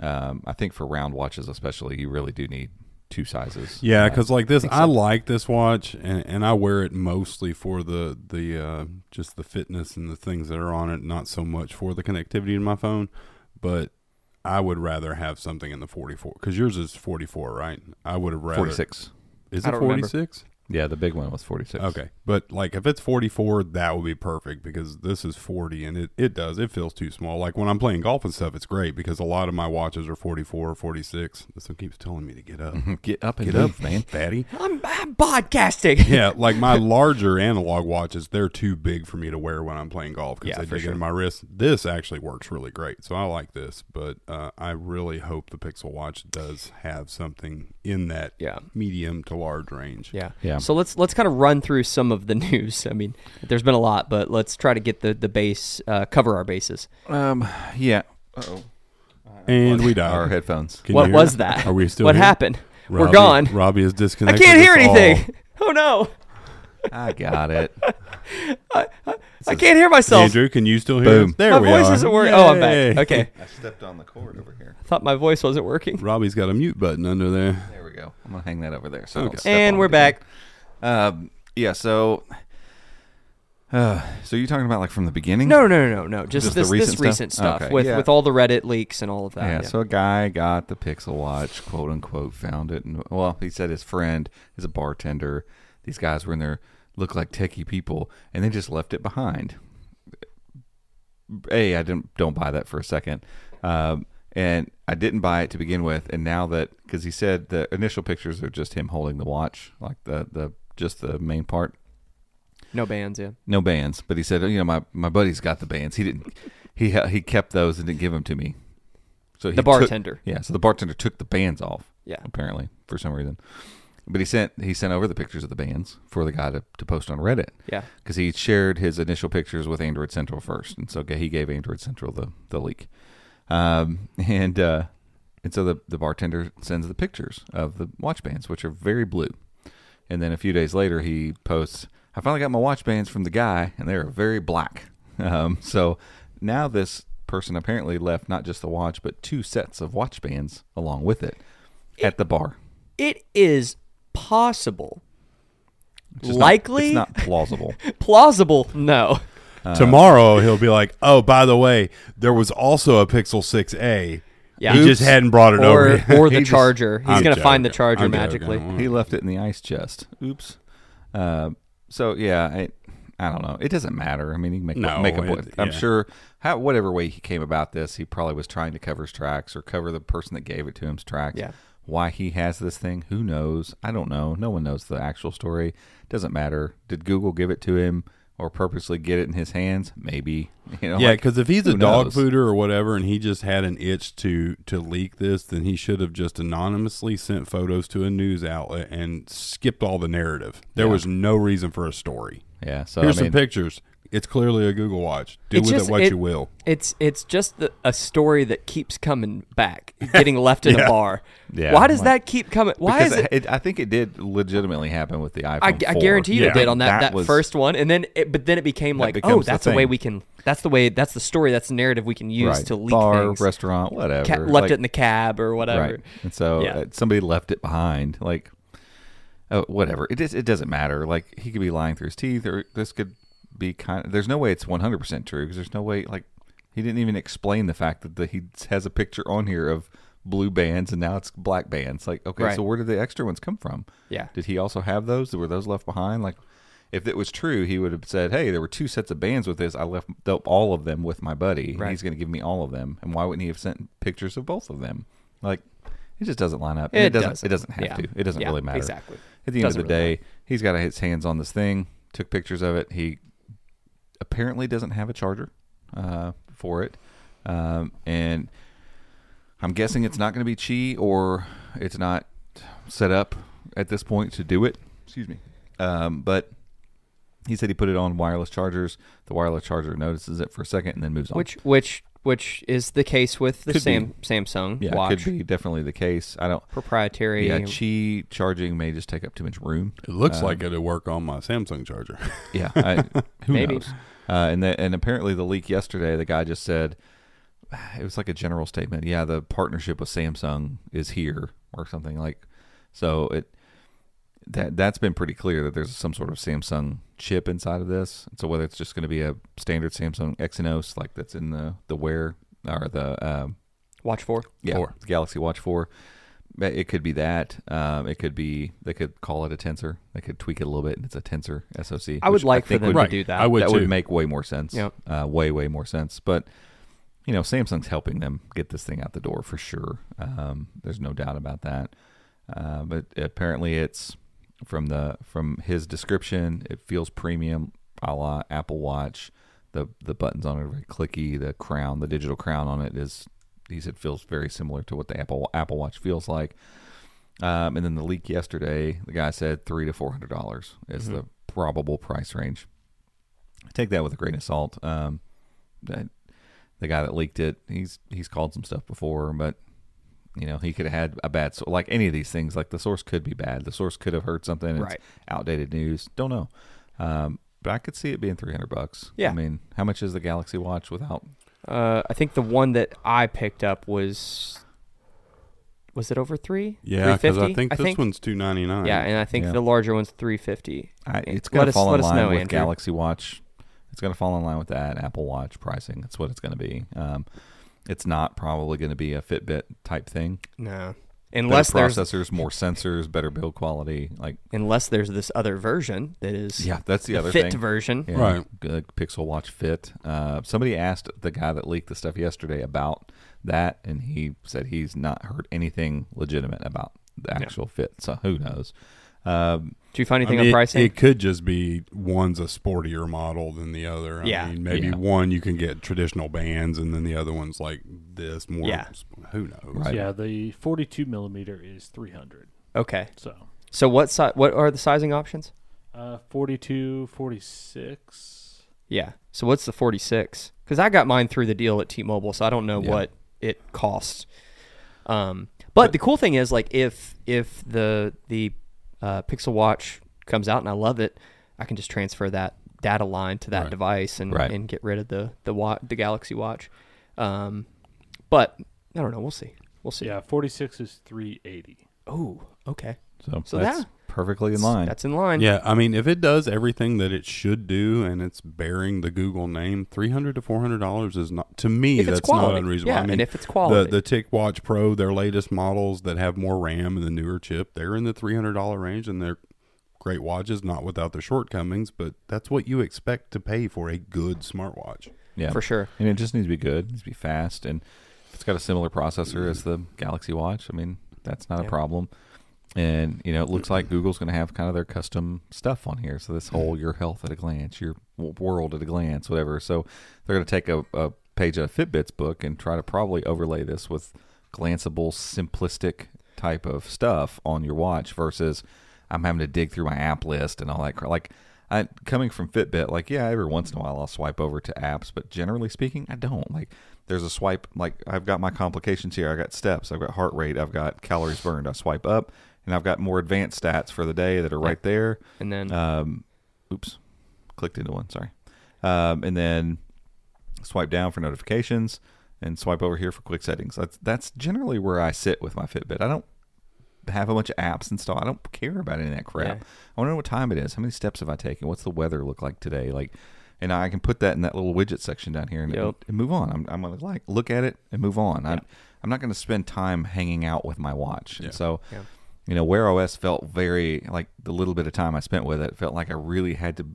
Um, I think for round watches, especially, you really do need two sizes. Uh,
Yeah, because like this, I like this watch, and, and I wear it mostly for the the uh, just the fitness and the things that are on it, not so much for the connectivity in my phone. But I would rather have something in the forty four because yours is forty four, right? I would have rather
forty six.
Is
I
it
don't remember.
forty six?
Yeah, the big one was forty six.
Okay, but like if it's 44, that would be perfect because this is 40 and it, it does. It feels too small. Like when I'm playing golf and stuff, it's great because a lot of my watches are 44 or 46. This one keeps telling me to get up.
get up and
Get
move,
up,
man.
fatty.
I'm, I'm podcasting.
Yeah, like my larger analog watches, they're too big for me to wear when I'm playing golf because
Yeah,
they
for
dig
sure.
into my wrist. This actually works really great, so I like this. But uh, I really hope the Pixel Watch does have something in that
Yeah.
medium to large range.
Yeah.
Yeah.
So let's let's kind of run through some of the news. I mean, there's been a lot, but let's try to get the the base uh, cover our bases.
Um. Yeah.
Uh,
Oh,
and we
our
died.
headphones.
Can you
what
hear
was
it?
that?
Are we still?
What
here?
happened? We're
Robbie-
gone.
Robbie is
I
disconnected.
can't hear
us all.
anything. Oh no.
I got it.
I can't hear myself.
Andrew, can you still hear?
Boom.
us? There
my
we
voice
are.
isn't working. Oh, I'm back.
Yay.
Okay.
I stepped on the cord over here.
I thought my voice wasn't working.
Robbie's got a mute button under there.
There we we go. I'm gonna hang that over there. So I don't
Okay.
step
And
on
we're
it again.
back.
Um, yeah. So, uh, so you're talking about like from the beginning?
No, no, no, no, no. Just,
Just the
this
recent
this
stuff?
recent stuff
Okay.
with
Yeah.
with all the Reddit leaks and all of that.
Yeah,
yeah.
so a guy got the Pixel Watch, quote unquote, found it, and well, he said his friend is a bartender. These guys were in there, look like techie people, and they just left it behind. A, I didn't don't buy that for a second, um, and I didn't buy it to begin with. And now that because he said the initial pictures are just him holding the watch, like the the just the main part,
no bands. Yeah.
no bands. But he said, "Oh, you know, my my buddy's got the bands. He didn't. He he kept those and didn't give them to me. So he
The
took-
bartender.
yeah, so the bartender took the bands off.
Yeah.
apparently for some reason. But he sent he sent over the pictures of the bands for the guy to, to post on Reddit.
Yeah.
because he shared his initial pictures with Android Central first, and so he gave Android Central the the leak. Um, and uh, and so the the bartender sends the pictures of the watch bands, which are very blue. And then a few days later, he posts, "I finally got my watch bands from the guy, and they are very black." Um, so now this person apparently left not just the watch, but two sets of watch bands along with it at the bar.
It is possible,
It's just not-
likely,
it's not plausible.
plausible. No.
Uh, Tomorrow he'll be like, "Oh, by the way, there was also a Pixel 6a.
Yeah.
He
Oops.
just hadn't brought it
Or
over." yet."
or the
He just-
charger. He's
I'm
gonna find the
joking.
charger
I'm joking.
magically.
He left it in the ice chest. Oops. Uh, so yeah, I, I don't know. It doesn't matter. I mean, he can make
No,
make a
it-
point. I'm
yeah.
sure how whatever way he came about this, he probably was trying to cover his tracks or cover the person that gave it to him's tracks.
Yeah.
Why he has this thing? Who knows? I don't know. No one knows the actual story. Doesn't matter. Did Google give it to him or purposely get it in his hands? Maybe. You know.
yeah,
like,
because if he's a
who
dog
knows?
fooder or whatever, and he just had an itch to to leak this, then he should have just anonymously sent photos to a news outlet and skipped all the narrative. There was no reason for a story.
yeah. So
Here's
I mean,
some pictures. It's clearly a Google Watch. Do
It's
with
just-
it what
it-
you will.
It's it's just the, a story that keeps coming back, getting left in a bar.
Yeah.
Why does
Like-
that keep coming? Why is
because
it?
I think it did legitimately happen with the iPhone.
I, I
4.
guarantee you
Yeah,
it did on that,
that
that,
was-
first one, and then it, but then it became like, oh,
becomes the
that's the way
thing.
we can. That's the way. That's the story. That's the narrative we can use
Right.
to leak
bar,
things.
restaurant, whatever.
Ca- left
Like-
it in the cab or whatever.
Right. And so
Yeah.
uh, somebody left it behind. Like, oh, whatever. It is. It doesn't matter. Like he could be lying through his teeth, or this could be kind. Of, there's no way it's 100 percent true because there's no way. Like he didn't even explain the fact that the, he has a picture on here of blue bands and now it's black bands. Like, okay,
Right.
so where did the extra ones come from?
Yeah.
Did he also have those? Were those left behind? Like. If it was true, he would have said, "Hey, there were two sets of bands with this. I left the- all of them with my buddy. and
Right.
He's going to give me all of them. And why wouldn't he have sent pictures of both of them? Like, it just doesn't line up. And
It
it, doesn't,
doesn't.
It doesn't have
Yeah.
to. It doesn't
Yeah,
really matter.
exactly.
At the end
Doesn't
of the
really
day, he's got his hands on this thing. Took pictures of it. He apparently doesn't have a charger uh, for it, um, and I'm guessing it's not going to be chi or it's not set up at this point to do it. Excuse me. Um, but he said he put it on wireless chargers. The wireless charger notices it for a second and then moves on.
Which which which is the case with the
Could be.
Sam, Samsung
yeah,
watch
could be definitely the case. I don't.
proprietary.
Yeah, Qi charging may just take up too much room.
It looks
Uh,
like it'll work on my Samsung charger.
Yeah, I, who
Maybe.
knows? Uh, and the, and apparently the leak yesterday, the guy just said it was like a general statement. Yeah, the partnership with Samsung is here or something like. So it that that's been pretty clear that there's some sort of Samsung chip inside of this. So whether it's just going to be a standard Samsung Exynos like that's in the the wear or the um,
watch four.
yeah, the Galaxy Watch 4. But It could be that. Um, it could be, they could call it a tensor. They could tweak it a little bit, and it's a tensor SoC.
I would
which
like for
think
them
Right.
to do that.
I would
that
too.
would make way more sense.
Yep.
Uh, way, way more sense. But, you know, Samsung's helping them get this thing out the door for sure. Um, there's no doubt about that. Uh, but apparently it's from the from his description, it feels premium a la Apple Watch. The the buttons on it are very clicky. The crown, the digital crown on it is he said feels very similar to what the Apple Apple Watch feels like. Um, and then the leak yesterday, the guy said three to four hundred dollars is
Mm-hmm.
the probable price range take that with a grain of salt. Um, that the guy that leaked it, he's he's called some stuff before, but you know he could have had a bad so like any of these things. Like the source could be bad. The source could have heard something. It's
Right.
Outdated news. Don't know. Um, but I could see it being three hundred bucks.
Yeah.
I mean, how much is the Galaxy Watch without?
Uh, I think the one that I picked up was was it over three?
Yeah, because I
350,
think this one's two ninety nine.
Yeah, and I think
Yeah.
the larger one's three fifty.
I, it's
Let
going to
us-
fall
let
in
us
line
know,
with
Andrew.
Galaxy Watch. It's going to fall in line with that Apple Watch pricing. That's what it's going to be. Um, it's not probably going to be a Fitbit type thing.
No, unless
better
there's
processors, more sensors, better build quality. Like
unless there's this other version that is
yeah, that's the,
the
other
fit
thing.
version.
Yeah,
Right.
good Pixel Watch Fit. Uh, somebody asked the guy that leaked the stuff yesterday about that, and he said he's not heard anything legitimate about the actual Fit. So who knows? Um,
Do you find anything
I mean,
on
it-
pricing?
It, could just be one's a sportier model than the other. I
Yeah.
mean, maybe
Yeah.
one you can get traditional bands, and then the other one's like this more.
Yeah.
Who knows?
Right.
Yeah, the 42 millimeter is 300.
okay.
So
So what si- what are the sizing options?
uh, 42, 46.
Yeah. So what's the 46? Because I got mine through the deal at T-Mobile, so I don't know
Yeah.
what it costs. Um, but, the cool thing is, like, if if the the uh, Pixel Watch comes out and I love it, I can just transfer that data line to that
Right.
device and
Right.
and get rid of the the wa- the Galaxy Watch. Um, but I don't know. We'll see. We'll see.
Yeah, 46 is 380.
Oh, okay.
so,
So
that's
that-
perfectly in line.
That's in line.
Yeah, I mean, if it does everything that it should do and it's bearing the Google name, three hundred to four hundred dollars is not to me.
If it's
that's
quality.
not unreasonable.
Yeah,
I mean,
and if it's quality.
the the Tick Watch Pro, their latest models that have more RAM and the newer chip, they're in the three hundred dollar range, and they're great watches, not without their shortcomings, but that's what you expect to pay for a good smartwatch.
yeah,
for sure.
And it just needs to be good. It needs to be fast, and if it's got a similar processor as the Galaxy Watch, I mean, that's not
Yeah.
a problem. And you know, it looks like Google's going to have kind of their custom stuff on here. So this whole your health at a glance, your w- world at a glance, whatever. So they're going to take a, a page out of Fitbit's book and try to probably overlay this with glanceable, simplistic type of stuff on your watch versus I'm having to dig through my app list and all that. Cr- like, I coming from Fitbit, like yeah, every once in a while I'll swipe over to apps, but generally speaking, I don't. Like, there's a swipe. Like, I've got my complications here. I got steps. I've got heart rate. I've got calories burned. I swipe up, and I've got more advanced stats for the day that are right there.
And
Uh,
then
Um, oops, clicked into one. Sorry. Um, and then swipe down for notifications, and swipe over here for quick settings. That's that's generally where I sit with my Fitbit. I don't have a bunch of apps installed. I don't care about any of that crap.
Yeah.
I want to know what time it is. How many steps have I taken? What's the weather look like today? Like, and I can put that in that little widget section down here and,
Yep.
and move on. I'm, I'm gonna like look at it and move on. I'm I'm not gonna spend time hanging out with my watch. And so, you know, Wear OS felt very like the little bit of time I spent with it felt like I really had to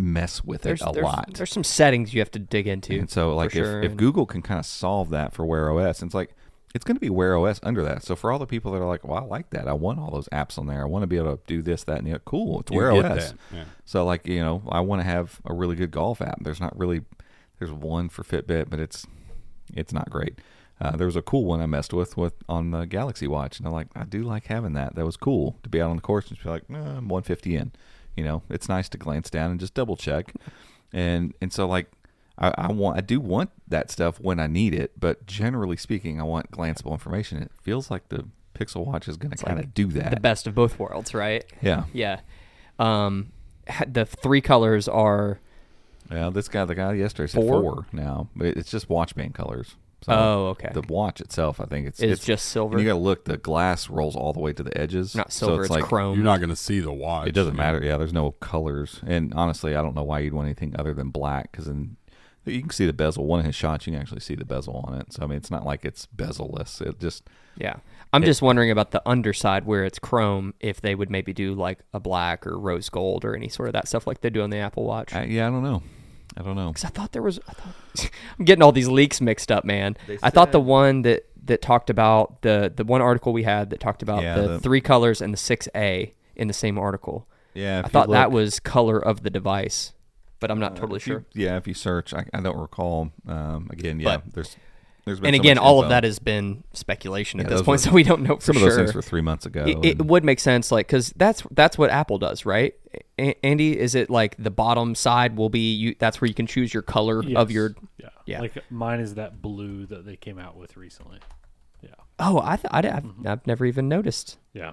mess with
there's,
it a
there's,
lot.
there's some settings you have to dig into.
And so,
for
like,
sure,
if, if
and-
Google can kind of solve that for Wear OS, it's like it's going to be Wear OS under that. So for all the people that are like, "Well, I like that. I want all those apps on there. I want to be able to do this, that, and the other." Cool, it's
You
Wear
get
OS.
that, yeah.
So like, you know, I want to have a really good golf app. There's not really there's one for Fitbit, but it's it's not great. Uh, there was a cool one I messed with with on the Galaxy Watch, and I'm like, I do like having that. That was cool to be out on the course and just be like, "Nah, I'm 150 in. You know, it's nice to glance down and just double check, and and so like, I, I want I do want that stuff when I need it, but generally speaking, I want glanceable information. It feels like the Pixel Watch is going to kind of do that.
the best of both worlds, right?
Yeah.
Yeah. Um, ha- the three colors are.
Yeah, this guy, the guy yesterday said
Four?
four, now, but it's just watch band colors. So
Oh, okay.
The watch itself, I think it's
Is
it's-
just silver?
and You got to look. The glass rolls all the way to the edges.
Not
so
silver, it's,
like,
chrome.
You're not going to see the watch.
It doesn't matter. Yeah, there's no colors, and honestly, I don't know why you'd want anything other than black because then you can see the bezel. One of his shots, you can actually see the bezel on it. So I mean, it's not like it's bezelless. It just
Yeah. I'm just wondering about the underside where it's chrome, if they would maybe do like a black or rose gold or any sort of that stuff like they do on the Apple Watch.
I, yeah, I don't know. I don't know.
'Cause I thought there was. I thought, I'm getting all these leaks mixed up, man. I thought the one that that talked about the the one article we had that talked about
Yeah,
the,
the-
three colors and the six A in the same article.
Yeah, if
I
you
thought that
look- uh,
was color of the device, but I'm not totally
if you-
sure.
yeah, if you search, I, I don't recall. Um, again, yeah,
But-
there's there's been
And
so
again,
much
all of
info.
that has been speculation at
Yeah,
this
those
point,
were-
so we don't know for
Some of
sure.
those things were three months ago.
it, it
and-
would make sense like because that's that's what apple does right A- andy is it like the bottom side will be you that's where you can choose your color of
Yes.
your
Yeah.
yeah.
Like mine is that blue that they came out with recently. Yeah.
oh i, th- I d- I've, I've never even noticed
Yeah.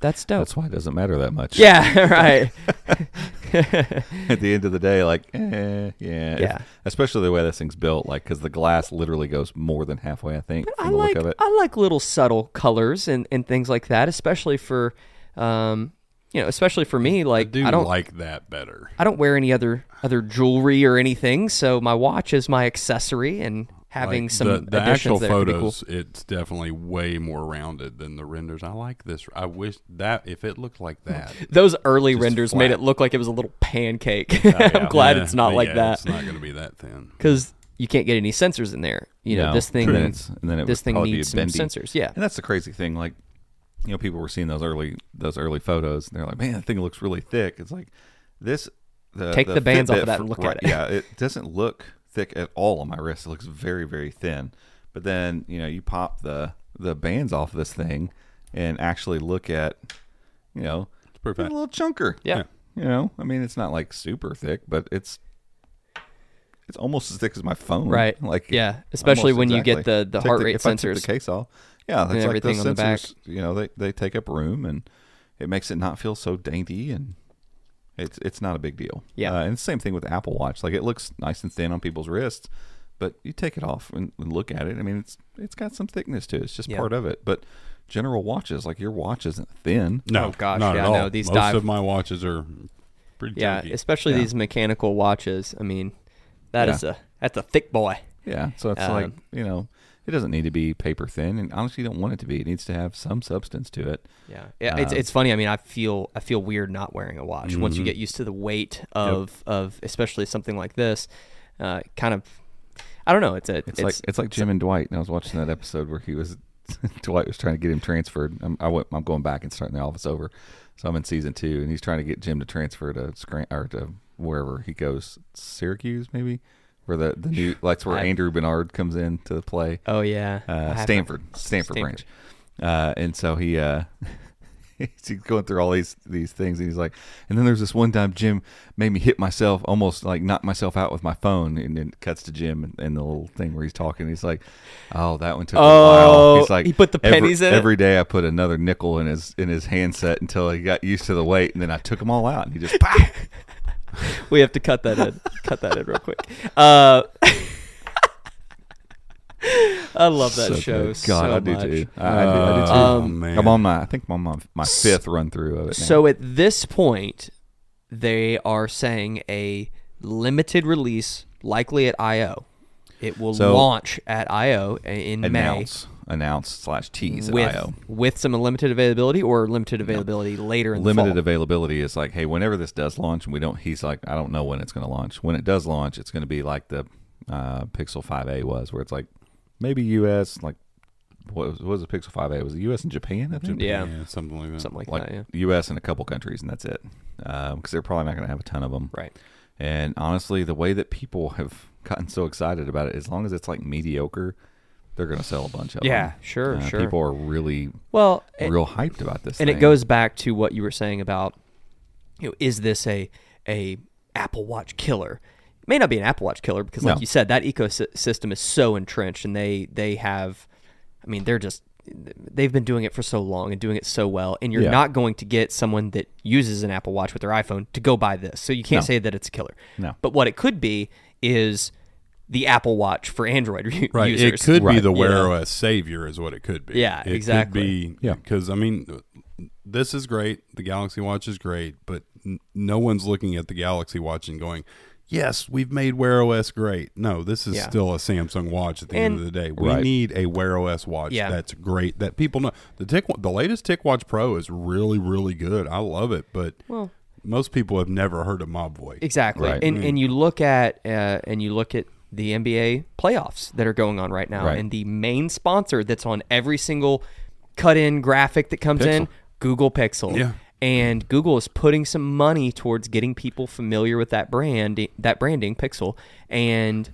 That's dope.
That's why it doesn't matter that much.
yeah, right.
At the end of the day, like, eh, yeah, If-
Yeah.
Especially the way this thing's built, like, because the glass literally goes more than halfway. I think from
I
the
like
look of it.
I like little subtle colors and, and things like that, especially for um you know, especially for me
I
like I,
do
don't
like that better.
I don't wear any other other jewelry or anything, so my watch is my accessory and having
Like,
some
the, the
additions
actual
there could be cool.
photos, it's definitely way more rounded than the renders. I like this. I wish that if it looked like that.
Those early
Just
renders
flat.
made it look like it was a little pancake.
yeah.
I'm glad
Yeah,
it's not
but
like
yeah,
that
It's not going to be that thin.
because you can't get any sensors in there. You know,
No.
this thing
And then it's- and then it
this
would
thing
probably be
needs some
bendy.
sensors. Yeah,
And that's the crazy thing. Like, you know, people were seeing those early those early photos, and they're like, "Man, that thing looks really thick." It's like this. The,
Take the bands off of
Fitbit
that
for-
and look
right,
at it.
Yeah, it doesn't look thick at all on my wrist. It looks very very thin. But then you know, you pop the the bands off this thing, and actually look at, you know,
pretty
a
Oh,
fat.
little chunker.
yeah.
Yeah.
You know, I mean, it's not like super thick, but it's it's almost as thick as my phone.
Right.
Like
Yeah, especially
almost
when you get
exactly.
the- the
Take
heart rate
if I took
sensors.
the case off. Yeah, that's like
everything
those
on the back.
sensors. You know, they they take up room and it makes it not feel so dainty and. It's it's not a big deal.
Yeah.
uh, and same thing with the Apple Watch. Like it looks nice and thin on people's wrists, but you take it off and, and look at it. I mean, it's it's got some thickness to it. It's just
Yeah.
part of it. But general watches, like your watch isn't thin.
No,
Oh, gosh,
not
yeah,
at all.
no, these
Most
dive-
of my watches are pretty
yeah,
chunky.
especially these mechanical watches. I mean, that is a that's a thick boy.
Yeah, so it's like
Um,
you know, it doesn't need to be paper thin, and honestly, you don't want it to be. It needs to have some substance to it.
Yeah, yeah. it's
Um,
it's funny. I mean, I feel I feel weird not wearing a watch once
Mm-hmm.
you get used to the weight of of especially something like this. Uh, kind of, I don't know. It's a
It's, like it's like Jim and Dwight. And I was watching that episode where he was Dwight was trying to get him transferred. I'm, I went, I'm going back and starting the office over, so I'm in season two, and he's trying to get Jim to transfer to Scran or to wherever he goes, Syracuse maybe, where the the new like where
I-
Andrew Bernard comes in to play.
oh yeah, I
uh,
have-
Stanford, Stanford, branch. Uh, and so he uh, he's going through all these these things, and he's like, and then there's this one time Jim made me hit myself, almost like knock myself out with my phone, and then it cuts to Jim and, and the little thing where he's talking. He's like, oh, that one took a
Oh,
while. He's like,
he put the
"Every-
pennies in it?
Every day I put another nickel in his in his handset until he got used to the weight, and then I took them all out, and he just pow.
We have to cut that in. cut that in real quick. Uh, I love that
So
show
good.
so
God, I do
much.
too. I, I do, I do too.
Oh,
Um,
man.
I'm on my, I think I'm on my fifth run through of it. Now.
So at this point, they are saying a limited release, likely at I/O. It will
So-
launch at I/O a- in May
announce announce slash tease at
with
IO.
with some limited availability or limited availability later in
Limited
the fall.
availability is like, hey, whenever this does launch, and we don't. He's like, I don't know when it's going to launch. When it does launch, it's going to be like the uh, Pixel 5a was, where it's like maybe U.S. like what was, what was the Pixel 5a? It was it U.S. and Japan? I think?
Yeah.
something like that.
something like,
like
that. Yeah.
U.S. and a couple countries, and that's it, because they're probably not going to have a ton of them.
Right.
And honestly, the way that people have gotten so excited about it, as long as it's like mediocre, they're going to sell a bunch of
Yeah,
them.
sure,
Uh,
sure.
People are really
Well, it-
real hyped about this,
and it
thing.
goes back to what you were saying about you know is this a a apple watch killer it may not be an apple watch killer because like
No.
you said that ecosystem is so entrenched and they they have i mean they're just they've been doing it for so long and doing it so well and you're
Yeah.
not going to get someone that uses an apple watch with their iphone to go buy this so you can't
No.
say that it's a killer
No.
but what it could be is the apple watch for android u-
Right.
users
It could be
Right.
the
You
Wear
know?
OS savior, is what it could be.
Yeah,
it could
exactly.
be
Yeah.
because I mean, this is great. The Galaxy Watch is great, but n- no one's looking at the Galaxy Watch and going, "Yes, we've made Wear OS great." No, this is
Yeah.
still a Samsung watch. At the end
And-
of the day, we
Right.
need a Wear OS watch
Yeah.
that's great that people know. The Tick, the latest Tick Watch Pro is really, really good. I love it, but
Well-
most people have never heard of Mobvoi.
Exactly.
Right. Mm.
And and you look at uh, and you look at the NBA playoffs that are going on right now,
Right.
and the main sponsor that's on every single cut-in graphic that comes in, Google Pixel.
Yeah.
And Google is putting some money towards getting people familiar with that brand, that branding, Pixel, and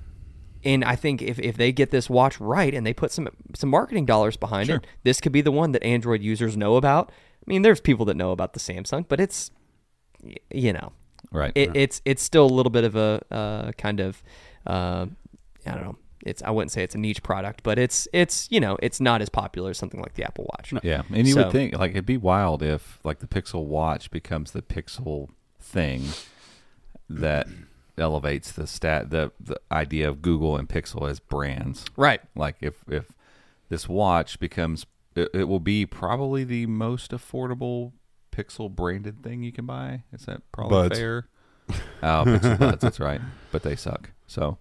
and I think if, if they get this watch right and they put some some marketing dollars behind it, this could be the one that Android users know about. I mean, there's people that know about the Samsung, but it's y- you know,
right.
it, it's it's still a little bit of a uh, kind of uh, I don't know. it's I wouldn't say it's a niche product, but it's it's you know it's not as popular as something like the Apple Watch.
Yeah, and you
So-
would think like it'd be wild if like the Pixel Watch becomes the Pixel thing that elevates the stat the the idea of Google and Pixel as brands.
Right.
Like if if this watch becomes it, it will be probably the most affordable Pixel branded thing you can buy. Is that probably
Buds.
fair? Oh, Pixel Buds, that's right. But they suck. So,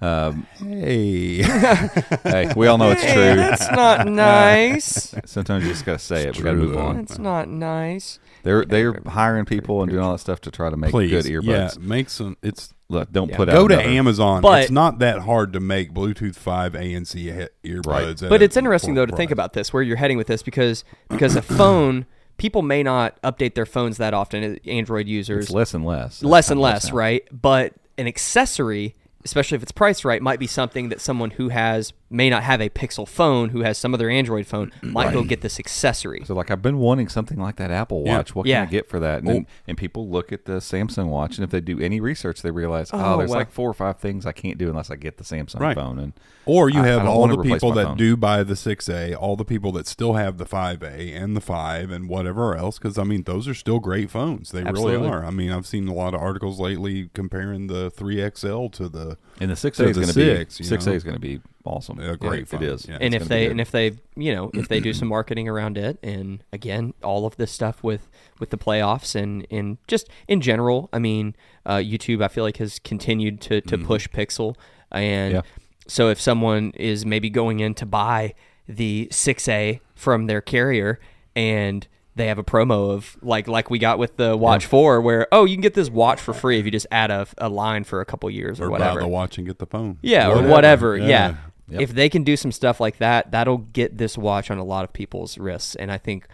um, hey, hey, we all know it's
Hey,
true.
that's not nice.
Sometimes you just gotta say it.
It's
We gotta
true,
move
though.
on.
That's not nice.
They're they're hiring people and doing all that stuff to try to make
Please,
good
yeah,
earbuds.
make some. It's
Look, don't
Yeah.
put out
go to
another-
Amazon.
But-
it's not that hard to make Bluetooth five ANC he- earbuds.
Right.
at
But
a
it's interesting though to
affordable
think
price.
about this, where you're heading with this, because because a phone, people may not update their phones that often. uh, Android users,
It's less and less.
less and
That's
less,
now.
right? But an accessory, especially if it's priced right, might be something that someone who has may not have a Pixel phone, who has some other Android phone, might go get this accessory.
So like I've been wanting something like that Apple
Yeah.
Watch. What
Yeah.
can I get for that? And, then- and people look at the Samsung Watch, and if they do any research, they realize, oh,
Oh,
there's
wow.
like four or five things I can't do unless I get the Samsung
Right.
phone. And
Or you
I- I
have
don't
all
wanna
the
replace
people
my
that
phone.
do buy the 6A, all the people that still have the 5A and the 5 and whatever else, because I mean, those are still great phones. They
Absolutely.
really are. I mean, I've seen a lot of articles lately comparing the 3XL to the.
and the six
So
A is
the
going to be
six, you
six A
know.
is going to be awesome.
A great
it
phone.
is.
Yeah.
and
It's
if
gonna be
they
good.
and if they you know if they do some marketing around it and again all of this stuff with with the playoffs and and just in general i mean uh, youtube i feel like has continued to to push pixel and
Mm-hmm. Yeah.
so if someone is maybe going in to buy the 6a from their carrier and they have a promo of like like we got with the watch 4 where oh you can get this watch for free if you just add a, a line for a couple years or,
Or
whatever
buy the watch and get the phone.
yeah, or whatever. Yeah.
Yep.
If they can do some stuff like that, that'll get this watch on a lot of people's wrists. And I think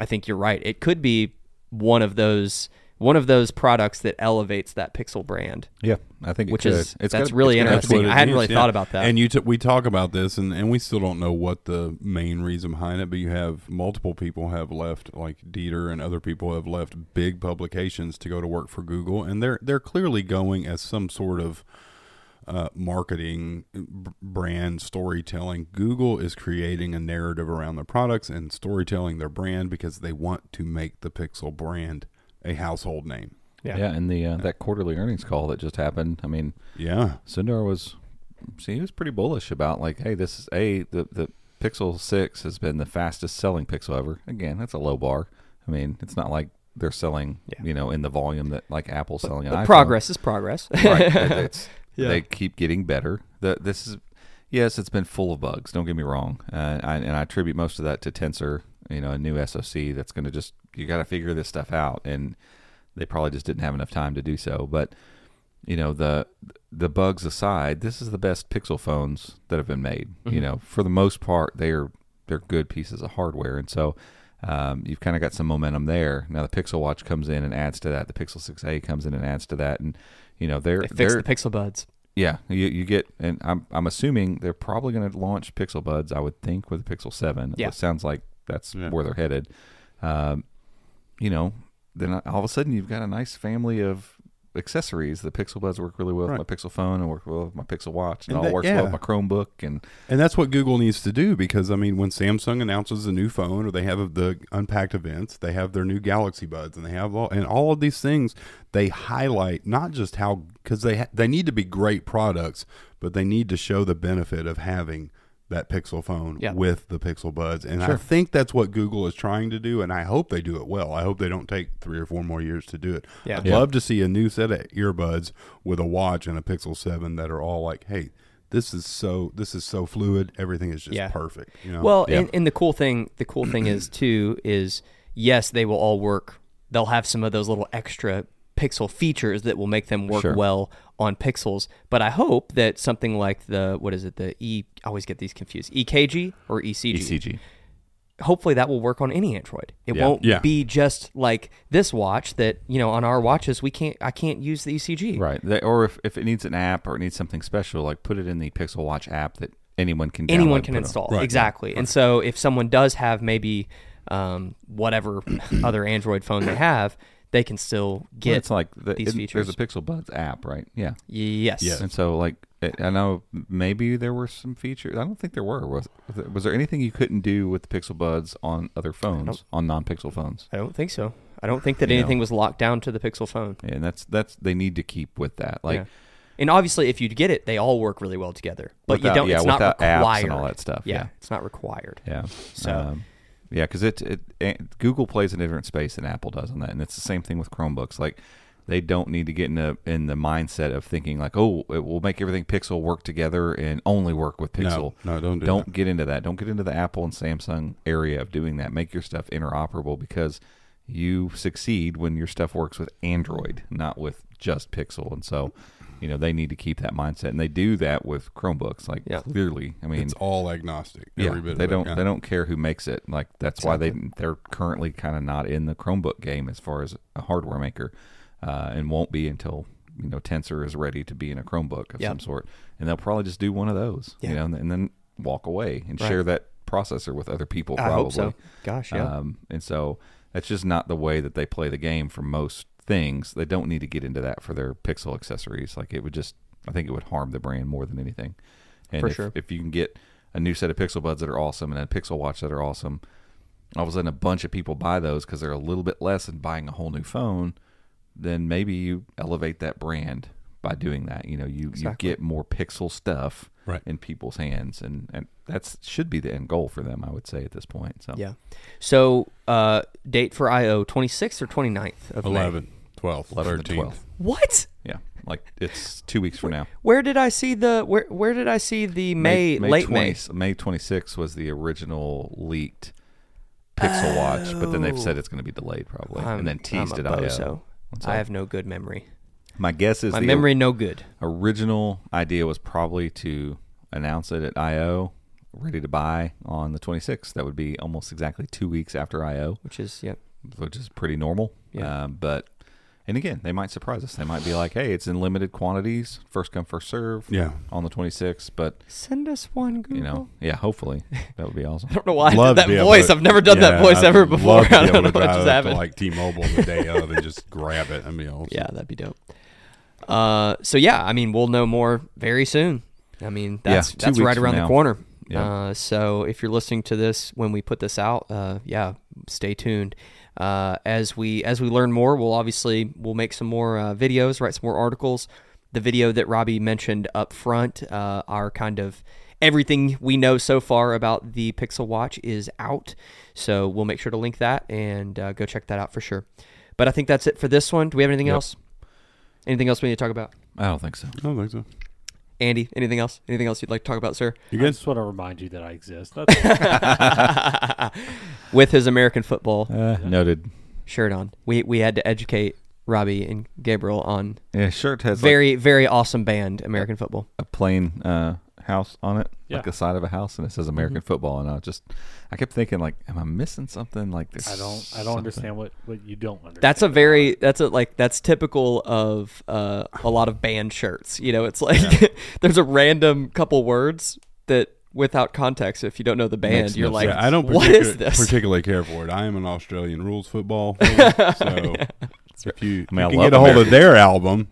I think you're right. It could be one of those one of those products that elevates that Pixel brand.
yeah, I think it
Which
could.
is-
It's
that's
gonna-
really
it's gonna-
interesting.
That's what
I
it
hadn't
is,
really
yeah.
thought about that.
And you, t- we talk about this, and, and we still don't know what the main reason behind it. But you have multiple people have left, like Dieter and other people have left big publications to go to work for Google, and they're they're clearly going as some sort of uh, marketing, uh, b- brand storytelling. Google is creating a narrative around their products and storytelling their brand because they want to make the Pixel brand a household name.
Yeah. and the uh, that quarterly earnings call that just happened. I mean,
Yeah.
Sundar was, see, he was pretty bullish about like, hey, this is a the the Pixel Six has been the fastest selling Pixel ever. Again, that's a low bar. I mean, it's not like they're selling,
Yeah.
you know, in the volume that like Apple's selling an
But
iPhone.
progress is progress.
Right. It- it's-
Yeah.
They keep getting better. The, this is, yes, it's been full of bugs. Don't get me wrong. Uh, I, and I attribute most of that to Tensor, you know, a new SoC that's going to just, you got to figure this stuff out. And they probably just didn't have enough time to do so. But, you know, the, the bugs aside, this is the best Pixel phones that have been made.
Mm-hmm.
You know, for the most part, they are, they're good pieces of hardware. And so, um, you've kind of got some momentum there. Now the Pixel Watch comes in and adds to that. The Pixel 6a comes in and adds to that, and you know they're
they fix
they're-
the Pixel Buds.
yeah, you, you get, and I'm I'm assuming they're probably going to launch Pixel Buds. I would think with the Pixel Seven.
Yeah.
it sounds like that's
Yeah.
where they're headed. Um, you know, then all of a sudden you've got a nice family of accessories. The Pixel Buds work really well
Right.
with my Pixel phone, and work well with my Pixel Watch, and,
And
all
that-
works well with my
yeah.
Chromebook. And
And that's what Google needs to do because I mean, when Samsung announces a new phone or they have the Unpacked events, they have their new Galaxy Buds, and they have all and all of these things. They highlight not just how because they ha- they need to be great products, but they need to show the benefit of having that Pixel phone
Yeah.
with the Pixel Buds. And I think that's what Google is trying to do, and I hope they do it well. I hope they don't take three or four more years to do it.
Yeah.
I'd love to see a new set of earbuds with a watch and a Pixel Seven that are all like, hey, this is so this is so fluid. Everything is just
Yeah.
perfect. You know?
Well, and, and the cool thing, the cool thing is too, is yes, they will all work. They'll have some of those little extra pixel features that will make them work
Sure.
well on pixels. But I hope that something like the what is it, the E? I always get these confused. EKG or ECG.
ECG.
Hopefully that will work on any Android. It
Yeah.
won't
Yeah.
be just like this watch that you know on our watches we can't. I can't use the E ECG.
Right. They, or if, if it needs an app or it needs something special, like put it in the Pixel Watch app that anyone can download
anyone
and
can
put on.
install
Right.
exactly and so if someone does have maybe um, whatever other android phone they have they can still
Well,
get
it's like the,
these
it-
features
There's a Pixel Buds app, right? Yeah.
yes
Yeah.
And so like It, I know maybe there were some features. I don't think there were. Was was there, was there anything you couldn't do with the Pixel Buds on other phones, on non-Pixel phones?
I don't think so. I don't think that
You know.
anything was locked down to the Pixel phone.
And that's that's they need to keep with that. Like
Yeah. and obviously, if you get it, they all work really well together. But
Without-
you don't.
yeah,
it's not
without
required.
apps and all that stuff, yeah.
it's not required.
Yeah.
So-
um, yeah, because it, it, and Google plays in a different space than Apple does on that, and it's the same thing with Chromebooks. Like they don't need to get in the in the mindset of thinking like, oh, it will make everything Pixel work together and only work with Pixel.
no, don't do
don't
that.
get into that. Don't get into the Apple and Samsung area of doing that. Make your stuff interoperable because you succeed when your stuff works with Android, not with just Pixel. And so, you know, they need to keep that mindset, and they do that with Chromebooks. Like
Yeah.
clearly, I mean,
it's all agnostic.
yeah,
every bit
they
of
don't
It. yeah.
they don't care who makes it. Like that's why they they're currently kind of not in the Chromebook game as far as a hardware maker, uh, and won't be until you know Tensor is ready to be in a Chromebook of
Yep.
some sort, and they'll probably just do one of those,
Yeah.
you know, and, and then walk away and
Right.
share that processor with other people.
I
Probably,
hope so. Gosh, yeah.
um, and so that's just not the way that they play the game for most things. They don't need to get into that for their Pixel accessories. Like it would just, I think it would harm the brand more than anything. And
For
if,
sure.
if you can get a new set of Pixel Buds that are awesome and a Pixel Watch that are awesome, all of a sudden a bunch of people buy those because they're a little bit less than buying a whole new phone. Then maybe you elevate that brand by doing that. You know, you
Exactly.
you get more Pixel stuff
Right.
in people's hands, and and that's should be the end goal for them. I would say at this point. So
yeah. So, uh, date for IO 26th or 29th of May?
11, 12,
11th
13th.
and 12th.
What?
Yeah, like it's two weeks from now.
Where did I see the where Where did I see the May, late May?
20 May 26th was the original leaked Pixel Watch, but then they've said it's going to be delayed probably,
Oh. I'm-
and then teased
I'm
it
a
out.
bozo. I have no good memory.
My guess is
My
the
memory no good.
original idea was probably to announce it at I/O, ready to buy on the 26th. That would be almost exactly two weeks after I/O,
Which is yeah.
which is pretty normal.
Yeah.
Um, but and again, they might surprise us. They might be like, "Hey, it's in limited quantities, first come, first serve."
Yeah.
on the 26th, but
Send us one Google.
you know, yeah, hopefully that would be awesome.
I don't know why
Love
I
to be
did that
able
voice.
to-
I've never done that
Yeah,
voice
I'd
ever
love
before.
to be
I
able
don't know
to
what
drive up
just
to,
happened.
Like T-Mobile the day of, and just grab it. I mean, also,
yeah, that'd be dope. Uh, so yeah, I mean, we'll know more very soon. I mean, that's
two
that's right
weeks from
around the
now.
corner.
Yeah.
Uh, so if you're listening to this when we put this out, uh, yeah, stay tuned. Uh, as we as we learn more, we'll obviously we'll make some more uh, videos, write some more articles. The video that Robbie mentioned up front, uh, our kind of everything we know so far about the Pixel Watch is out. So we'll make sure to link that and uh, go check that out for sure. But I think that's it for this one. Do we have anything else? Anything else we need to talk about?
I don't think so.
I don't think so.
Andy, anything else? Anything else you'd like to talk about, sir?
You
I
good?
just want to remind you that I exist. That's all.
With his American football
Uh, noted.
shirt on, we we had to educate Robbie and Gabriel on
Yeah, shirt has like,
very very awesome band American football.
a plain uh, house on it, like
Yeah.
the side of a house, and it says American football. And I just, I kept thinking, like, am I missing something? Like this?
I don't. I don't understand what, what you don't understand.
That's a very that's a like that's typical of uh, a lot of band shirts. You know, it's like there's a random couple words that without context, if you don't know the band,
Makes
you're
no
like,
sense.
yeah, I don't.
what
particu-
is this?
Particularly care for it. I am an Australian rules football. Fan, so if you,
I mean, I
you can
love
get a hold
American-
of their album,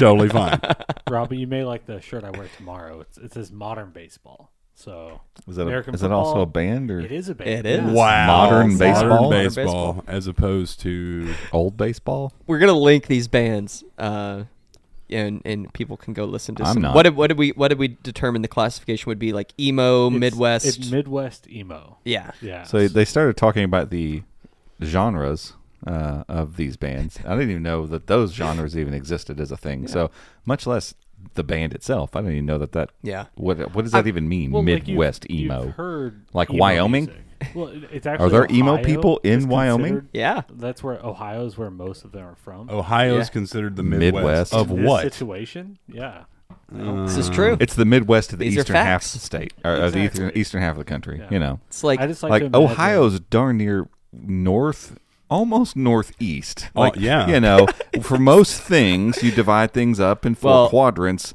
totally fine.
Robbie, you may like the shirt I wear tomorrow. It's, it says modern baseball. So
Is that a,
American
is that also
football-
a band or
it is a
It
band.
is.
Wow,
Modern baseball?
modern
Modern
baseball, as opposed to
old baseball?
we're gonna link these bands, uh, and and people can go listen to.
I'm
Some,
not.
What did what did we what did we determine the classification would be like? Emo,
It's-
Midwest.
It's Midwest emo.
yeah,
Yeah.
So they started talking about the genres uh, of these bands. I didn't even know that those genres even existed as a thing. So much less the band itself. I didn't even know that that.
yeah.
What what does that
I-
even mean?
Well, like, you've-
Midwest
you've
emo.
heard
Like
emo
Wyoming?
music. Well, it- it's actually
there emo
Ohio
people in
is
Wyoming?
considered-
Yeah.
That's where Ohio is where most of them are from.
Ohio's
Yeah.
considered the Midwest,
Midwest.
of
In this
what? Uh,
situation, yeah.
This is true.
It's the Midwest of the
These are
eastern half of
facts.
the state, or, or the eastern,
Exactly.
eastern half of the country.
Yeah.
You know,
It's like,
I just like,
like
to imagine-
Ohio's darn near north, almost northeast.
Oh,
Like,
yeah.
you know, for most things, you divide things up in four
Well-
quadrants.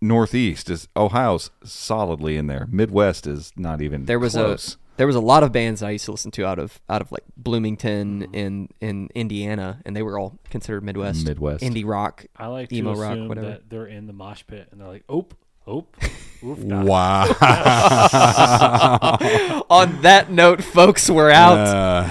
Northeast is Ohio's solidly in there. Midwest is not even.
there was
close.
There was a lot of bands that I used to listen to out of out of like Bloomington
Mm-hmm.
in in Indiana, and they were all considered Midwest,
Midwest.
indie rock.
I like to
emo rock,
assume
whatever.
that they're in the mosh pit and they're like, oop, oop, oof. da."
Wow.
On that note, folks, we're out.
Uh,